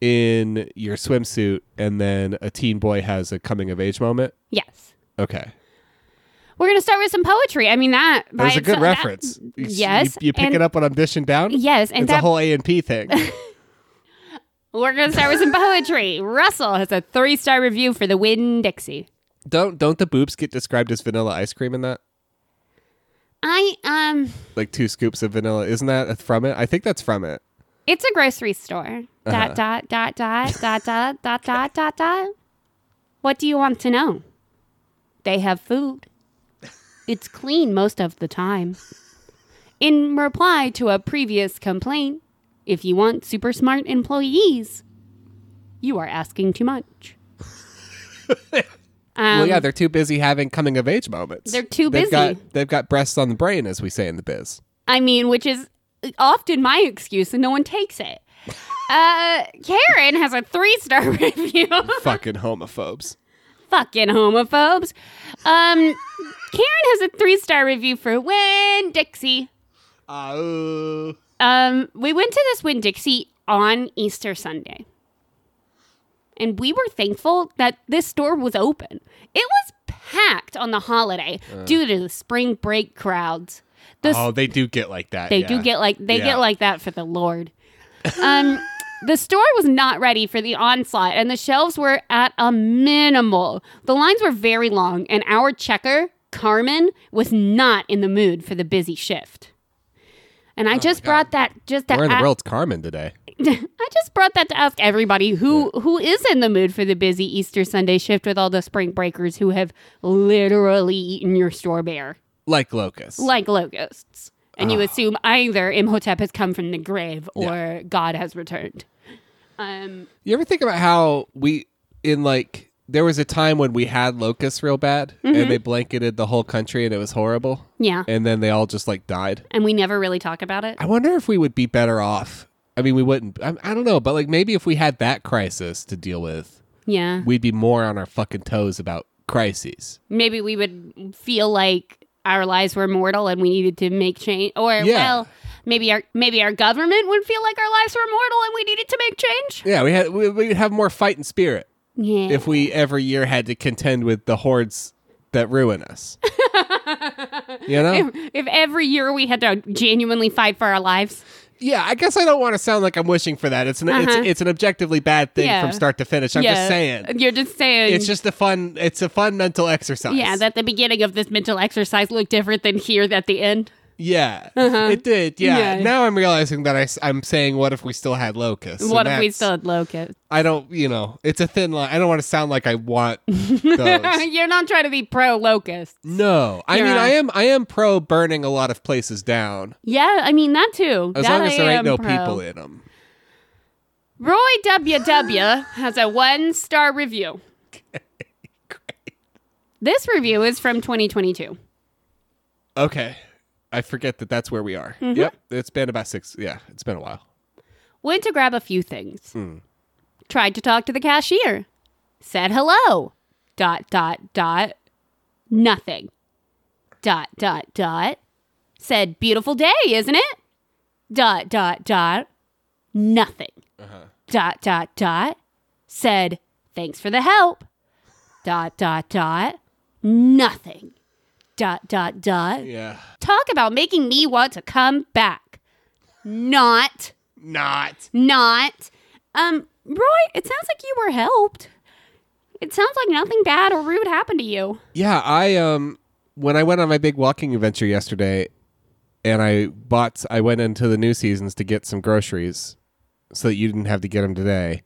Speaker 1: in your swimsuit and then a teen boy has a coming of age moment.
Speaker 2: Yes.
Speaker 1: Okay.
Speaker 2: We're going to start with some poetry. I mean that by
Speaker 1: There's a good
Speaker 2: itself- that-
Speaker 1: reference. You-
Speaker 2: yes.
Speaker 1: You, you pick
Speaker 2: and-
Speaker 1: it up when I'm dishing down?
Speaker 2: Yes, and
Speaker 1: it's
Speaker 2: that
Speaker 1: a whole A and P thing.
Speaker 2: We're going to start with some poetry. Russell has a three star review for the Win Dixie.
Speaker 1: don't don't the boobs get described as vanilla ice cream in that?
Speaker 2: I, um,
Speaker 1: Like two scoops of vanilla. Isn't that from it? I think that's from it.
Speaker 2: it's a grocery store. Dot, dot, dot, dot, dot, dot, dot, dot, dot, dot. What do you want to know? They have food. It's clean most of the time. In reply to a previous complaint, if you want super smart employees, you are asking too much. Um,
Speaker 1: well, yeah, they're too busy having coming of age moments.
Speaker 2: They're too
Speaker 1: They've
Speaker 2: busy.
Speaker 1: Got, they've got breasts on the brain, as we say in the biz.
Speaker 2: I mean, which is often my excuse, and no one takes it. Uh, Karen has a three star review.
Speaker 1: Fucking homophobes.
Speaker 2: Fucking homophobes. Um, Karen has a three star review for Win Dixie.
Speaker 1: Uh, ooh.
Speaker 2: Um, we went to this Win Dixie on Easter Sunday. and we were thankful that this store was open. It was packed on the holiday due to the spring break crowds. The
Speaker 1: oh, they do get like that.
Speaker 2: they
Speaker 1: yeah.
Speaker 2: do get like they
Speaker 1: Yeah.
Speaker 2: get like that for the lord um the store was not ready for the onslaught and the shelves were at a minimal the lines were very long and our checker carmen was not in the mood for the busy shift and
Speaker 1: Oh
Speaker 2: i just brought that just to
Speaker 1: Where in the
Speaker 2: a-
Speaker 1: world's Carmen today?
Speaker 2: I just brought that to ask everybody who who is in the mood for the busy Easter Sunday shift with all the spring breakers who have literally eaten your store bare
Speaker 1: Like locusts.
Speaker 2: like locusts. And
Speaker 1: Ah.
Speaker 2: you assume either Imhotep has come from the grave or God has returned. Um,
Speaker 1: You ever think about how we in like there was a time when we had locusts real bad
Speaker 2: Mm-hmm.
Speaker 1: and they blanketed the whole country and it was horrible
Speaker 2: yeah.
Speaker 1: and then they all just like died.
Speaker 2: And we never really talk about it.
Speaker 1: I wonder if we would be better off. I mean, we wouldn't. I, I don't know, but like maybe if we had that crisis to deal with,
Speaker 2: Yeah.
Speaker 1: we'd be more on our fucking toes about crises.
Speaker 2: Maybe we would feel like our lives were mortal and we needed to make change or
Speaker 1: Yeah.
Speaker 2: well, maybe our maybe our government would feel like our lives were mortal and we needed to make change.
Speaker 1: Yeah, we had we, we'd have more fight and spirit
Speaker 2: Yeah.
Speaker 1: if we every year had to contend with the hordes that ruin us. you know?
Speaker 2: if, if every year we had to genuinely fight for our lives.
Speaker 1: Yeah, I guess I don't want to sound like I'm wishing for that. It's an
Speaker 2: Uh-huh.
Speaker 1: it's, it's an objectively bad thing
Speaker 2: Yeah.
Speaker 1: from start to finish. I'm just
Speaker 2: Yeah.
Speaker 1: saying.
Speaker 2: You're just saying
Speaker 1: It's just a fun it's a fun mental exercise.
Speaker 2: Yeah, that the beginning of this mental exercise looked different than here at the end.
Speaker 1: Yeah, it did. Yeah.
Speaker 2: Uh-huh. Yeah.
Speaker 1: Now I'm realizing that I, am saying, what if we still had locusts?
Speaker 2: what
Speaker 1: And
Speaker 2: if we
Speaker 1: that's-
Speaker 2: still had locusts?
Speaker 1: I don't, you know, it's a thin line. I don't want to sound like I want those.
Speaker 2: You're not trying to be pro locust.
Speaker 1: no, I mean,
Speaker 2: Yeah.
Speaker 1: I am, I am pro burning a lot of places down
Speaker 2: Yeah, I mean that too.
Speaker 1: as
Speaker 2: That
Speaker 1: long as
Speaker 2: I
Speaker 1: there ain't
Speaker 2: am
Speaker 1: no
Speaker 2: pro.
Speaker 1: people in them.
Speaker 2: Roy WW has a one star review. This review is from 2022.
Speaker 1: Okay. I forget that that's where we are.
Speaker 2: Mm-hmm.
Speaker 1: Yep. It's been about six. Yeah. It's been a while.
Speaker 2: Went to grab a few things. Tried to talk to the cashier. Said hello. Dot, dot, dot. Nothing. Dot, dot, dot. Said, beautiful day, isn't it? Dot, dot, dot. Nothing. Dot, dot, dot. Said, thanks for the help. Dot, dot, dot. Nothing. Dot, dot, dot.
Speaker 1: Yeah.
Speaker 2: Talk about making me want to come back. Not
Speaker 1: Not.
Speaker 2: not. Um, Roy, it sounds like you were helped. It sounds like nothing bad or rude happened to you.
Speaker 1: Yeah. I, um, when I went on my big walking adventure yesterday and I bought, I went into the new seasons to get some groceries so that you didn't have to get them today.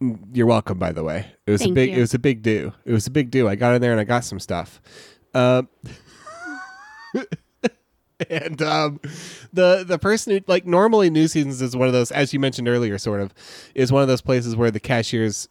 Speaker 1: Mm, You're welcome, by the way. It was a
Speaker 2: Thank
Speaker 1: big,
Speaker 2: you.
Speaker 1: it was a big do. It was a big do. I got in there and I got some stuff. Um, and um, the the person who like normally New Seasons is one of those, as you mentioned earlier, sort of is one of those places where the cashiers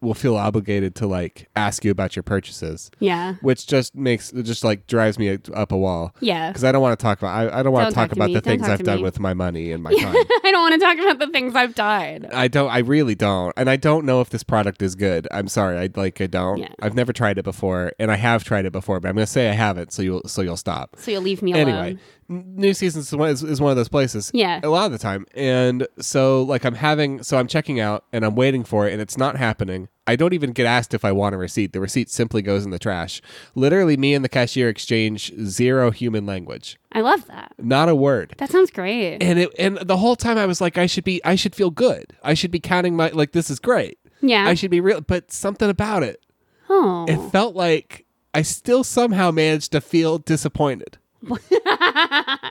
Speaker 1: will feel obligated to like ask you about your purchases,
Speaker 2: Yeah.
Speaker 1: which just makes it just like drives me up a wall.
Speaker 2: Yeah.
Speaker 1: because I don't want to talk about I, I don't want
Speaker 2: Don't
Speaker 1: to talk
Speaker 2: talk to
Speaker 1: about
Speaker 2: me.
Speaker 1: the
Speaker 2: Don't
Speaker 1: things
Speaker 2: talk
Speaker 1: I've
Speaker 2: to
Speaker 1: done
Speaker 2: me.
Speaker 1: with my money and my time.
Speaker 2: I don't want to talk about the things I've done.
Speaker 1: I don't. I really don't, and I don't know if this product is good. I'm sorry. I like. I don't.
Speaker 2: Yeah.
Speaker 1: I've never tried it before, and I have tried it before, but I'm gonna say I haven't. So you'll. So you'll stop.
Speaker 2: So you'll leave me alone.
Speaker 1: Anyway, n- New Seasons is one, is, is one of those places.
Speaker 2: Yeah.
Speaker 1: A lot of the time. And so, like, I'm having, so I'm checking out and I'm waiting for it and it's not happening. I don't even get asked if I want a receipt. The receipt simply goes in the trash. Literally, me and the cashier exchange zero human language,
Speaker 2: I love that.
Speaker 1: not a word
Speaker 2: That sounds great.
Speaker 1: and it and the whole time I was like, I should be, I should feel good. I should be counting my like this is great.
Speaker 2: Yeah.
Speaker 1: I should be real, but something about it,
Speaker 2: oh.
Speaker 1: it felt like I still somehow managed to feel disappointed,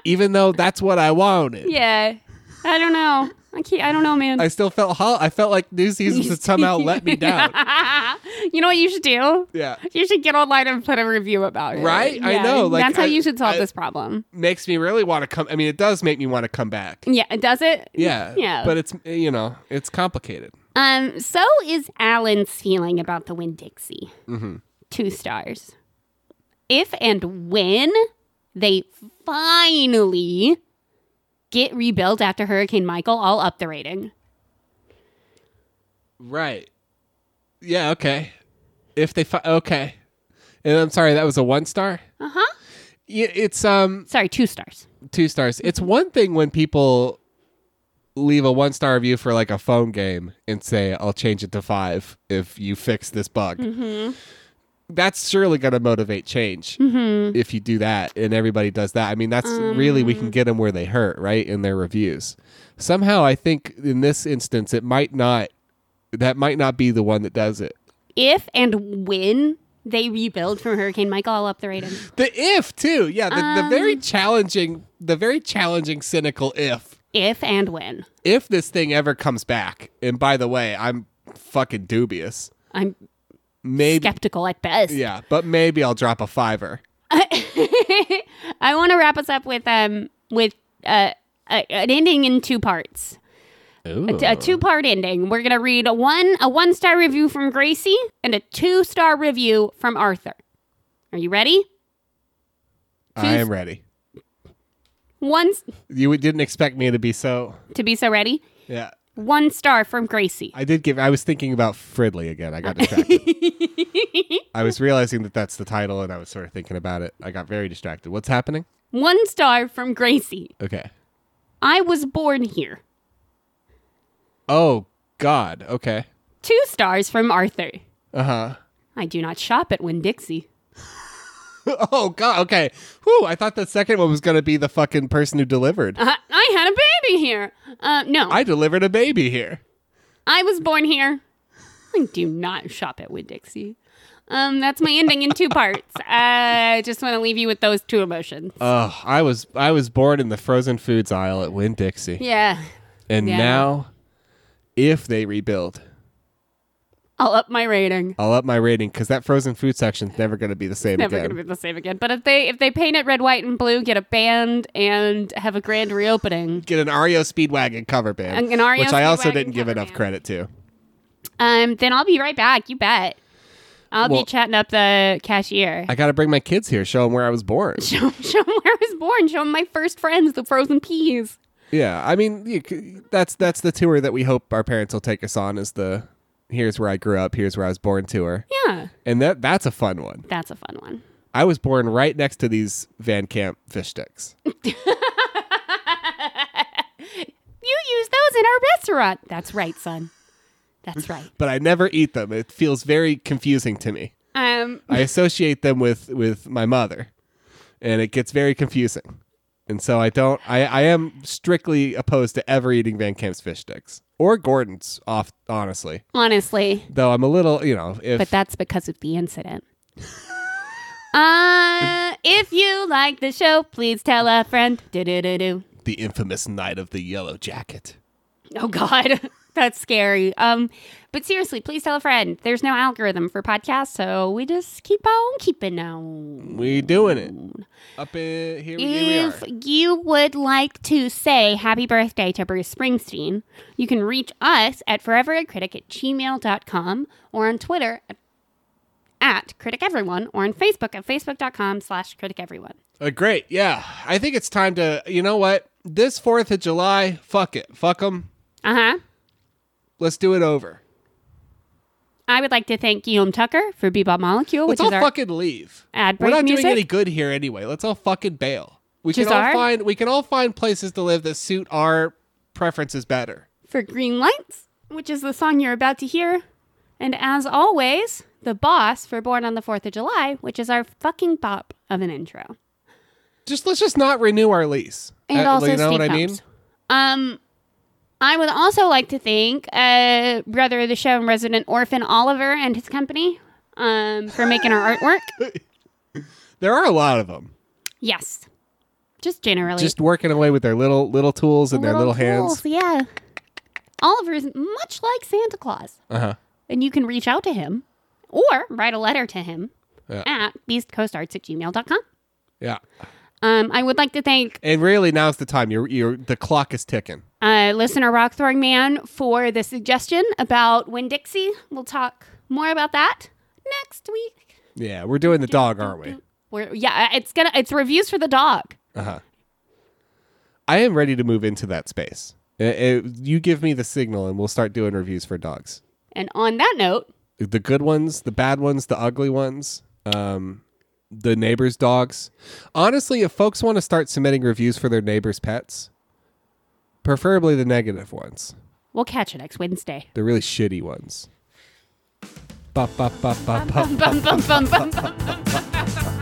Speaker 1: even though that's what I wanted.
Speaker 2: yeah. I don't know. I can't. I don't know, man.
Speaker 1: I still felt ho- I felt like New Seasons had somehow let me down.
Speaker 2: you know what you should do?
Speaker 1: Yeah,
Speaker 2: You should get online and put a review about it.
Speaker 1: Right? I know, like,
Speaker 2: that's how
Speaker 1: I-
Speaker 2: you should solve
Speaker 1: I-
Speaker 2: this problem.
Speaker 1: makes me really want to come. I mean, it does make me want to come back.
Speaker 2: Yeah. Does it?
Speaker 1: Yeah,
Speaker 2: Yeah.
Speaker 1: But it's you know, it's complicated.
Speaker 2: Um, so is Alan's feeling about the Win Dixie. Two stars. If and when they finally get rebuilt after Hurricane Michael, I'll up the rating.
Speaker 1: Right. Yeah. Okay. If they fi- okay, and I'm sorry that was a one star.
Speaker 2: Uh huh.
Speaker 1: Yeah, it's um
Speaker 2: Sorry, two stars.
Speaker 1: two stars. It's one thing when people leave a one star review for like a phone game and say, I'll change it to five if you fix this bug. That's surely going to motivate change if you do that and everybody does that. I mean, that's really, we can get them where they hurt, right? In their reviews. Somehow, I think in this instance, it might not, that might not be the one that does it.
Speaker 2: If and when they rebuild from Hurricane Michael, I'll up the rating.
Speaker 1: The if too, yeah. The, the very challenging, the very challenging, cynical if.
Speaker 2: If and when.
Speaker 1: If this thing ever comes back, and by the way, I'm fucking dubious.
Speaker 2: I'm
Speaker 1: Maybe,
Speaker 2: skeptical at best.
Speaker 1: yeah, but maybe I'll drop a fiver.
Speaker 2: I want to wrap us up with um with uh, a, an ending in two parts.
Speaker 1: Ooh.
Speaker 2: A two part ending. We're gonna read a one a one star review from Gracie and a two star review from Arthur. Are you ready?
Speaker 1: I am ready.
Speaker 2: One s-
Speaker 1: You didn't expect me to be so.
Speaker 2: to be so ready.
Speaker 1: Yeah,
Speaker 2: One star from Gracie.
Speaker 1: I did give. I was thinking about Fridley again. I got distracted. I was realizing that that's the title, and I was sort of thinking about it. I got very distracted. What's happening?
Speaker 2: One star from Gracie.
Speaker 1: Okay.
Speaker 2: I was born here.
Speaker 1: Oh God. Okay.
Speaker 2: Two stars from Arthur.
Speaker 1: Uh huh.
Speaker 2: I do not shop at Winn Dixie.
Speaker 1: Oh god, okay. Whew, I thought that second one was gonna be the fucking person who delivered.
Speaker 2: I, Uh, I had a baby here. Uh, no, I,
Speaker 1: I delivered a baby here.
Speaker 2: was born here. I do not shop at Winn Dixie. Um, that's my ending in two parts. I just want to leave you with those two emotions.
Speaker 1: Oh, I was I was born in the frozen foods aisle at Winn Dixie.
Speaker 2: Yeah,
Speaker 1: And
Speaker 2: Yeah.
Speaker 1: now if they rebuild,
Speaker 2: I'll up my rating.
Speaker 1: I'll up my rating because that frozen food section's never gonna be the same
Speaker 2: Never
Speaker 1: again.
Speaker 2: gonna be the same again. But if they if they paint it red, white, and blue, get a band and have a grand reopening.
Speaker 1: Get an Ario Speedwagon cover band.
Speaker 2: An- an REO
Speaker 1: which I also
Speaker 2: Speedwagon
Speaker 1: didn't give
Speaker 2: cover
Speaker 1: enough
Speaker 2: band.
Speaker 1: credit to.
Speaker 2: Um, then I'll be right back. You bet. I'll
Speaker 1: Well-
Speaker 2: be chatting up the cashier.
Speaker 1: I gotta bring my kids here, show them where I was born.
Speaker 2: show, show 'em where I was born. Show 'em my first friends, the frozen peas.
Speaker 1: Yeah, I mean, you, c- that's that's the tour that we hope our parents will take us on. Is the here's where I grew up, here's where I was born tour,
Speaker 2: Yeah,
Speaker 1: and that that's a fun one.
Speaker 2: that's a fun one.
Speaker 1: I was born right next to these Van Camp fish sticks.
Speaker 2: You use those in our restaurant. That's right, son. That's right.
Speaker 1: but I never eat them. It feels very confusing to me.
Speaker 2: Um,
Speaker 1: I associate them with with my mother, and it gets very confusing. And so I don't. I I am strictly opposed to ever eating Van Camp's fish sticks or Gordon's. Off honestly,
Speaker 2: honestly,
Speaker 1: though I'm a little you know if
Speaker 2: but that's because of the incident. Uh, if you like the show, please tell a friend. Do do do do.
Speaker 1: the infamous night of the yellow jacket.
Speaker 2: Oh God, that's scary. Um, but seriously, please tell a friend. There's no algorithm for podcasts, so we just keep on keeping on.
Speaker 1: We doing it. Up in here we, here
Speaker 2: If
Speaker 1: we are.
Speaker 2: you would like to say happy birthday to Bruce Springsteen, you can reach us at foreveracritic at gmail.com or on Twitter at, at criticeveryone or on Facebook at facebook.com slash criticeveryone.
Speaker 1: Uh, great. Yeah. I think it's time to you know what? This 4th of July, fuck it. Fuck them.
Speaker 2: Uh-huh.
Speaker 1: Let's do it over.
Speaker 2: I would like to thank Guillaume Tucker for Bebop Molecule,
Speaker 1: Let's
Speaker 2: which
Speaker 1: all
Speaker 2: is our...
Speaker 1: fucking leave.
Speaker 2: ad
Speaker 1: We're
Speaker 2: break
Speaker 1: not
Speaker 2: music?
Speaker 1: doing any good here anyway. Let's all fucking bail. We can
Speaker 2: Just
Speaker 1: all
Speaker 2: are?
Speaker 1: find we can all find places to live that suit our preferences better.
Speaker 2: for Green Lights, which is the song you're about to hear. And as always, The Boss for Born on the 4th of July, which is our fucking bop of an intro.
Speaker 1: Just let's just not renew our lease.
Speaker 2: and
Speaker 1: Uh,
Speaker 2: also
Speaker 1: you know
Speaker 2: speak
Speaker 1: what I mean?
Speaker 2: ups. Um, I would also like to thank uh, brother of the show and resident orphan Oliver and his company um, for making our artwork.
Speaker 1: There are a lot of them.
Speaker 2: Yes, just generally,
Speaker 1: Just working away with their little little tools and their little hands.
Speaker 2: tools, Yeah, Oliver is much like Santa Claus,
Speaker 1: Uh-huh.
Speaker 2: and you can reach out to him or write a letter to him
Speaker 1: Yeah.
Speaker 2: at beastcoastarts at gmail.com.
Speaker 1: Yeah.
Speaker 2: Um, I would like to thank
Speaker 1: And really, now's the time. You're, you're the clock is ticking.
Speaker 2: uh, listener Rockthorn Man for the suggestion about Win Dixie. We'll talk more about that next week.
Speaker 1: Yeah, we're doing the dog, aren't we?
Speaker 2: We're, yeah, uh, it's gonna it's reviews for the dog.
Speaker 1: Uh huh. I am ready to move into that space. Uh, uh, you give me the signal, and we'll start doing reviews for dogs.
Speaker 2: And on that note,
Speaker 1: The good ones, the bad ones, the ugly ones, um, the neighbors' dogs. Honestly, if folks want to start submitting reviews for their neighbors' pets, Preferably the negative ones,
Speaker 2: We'll catch you next Wednesday.
Speaker 1: the really shitty ones. Ba, ba, ba, ba, ba,
Speaker 2: Bum, bum, bum, bum, bum.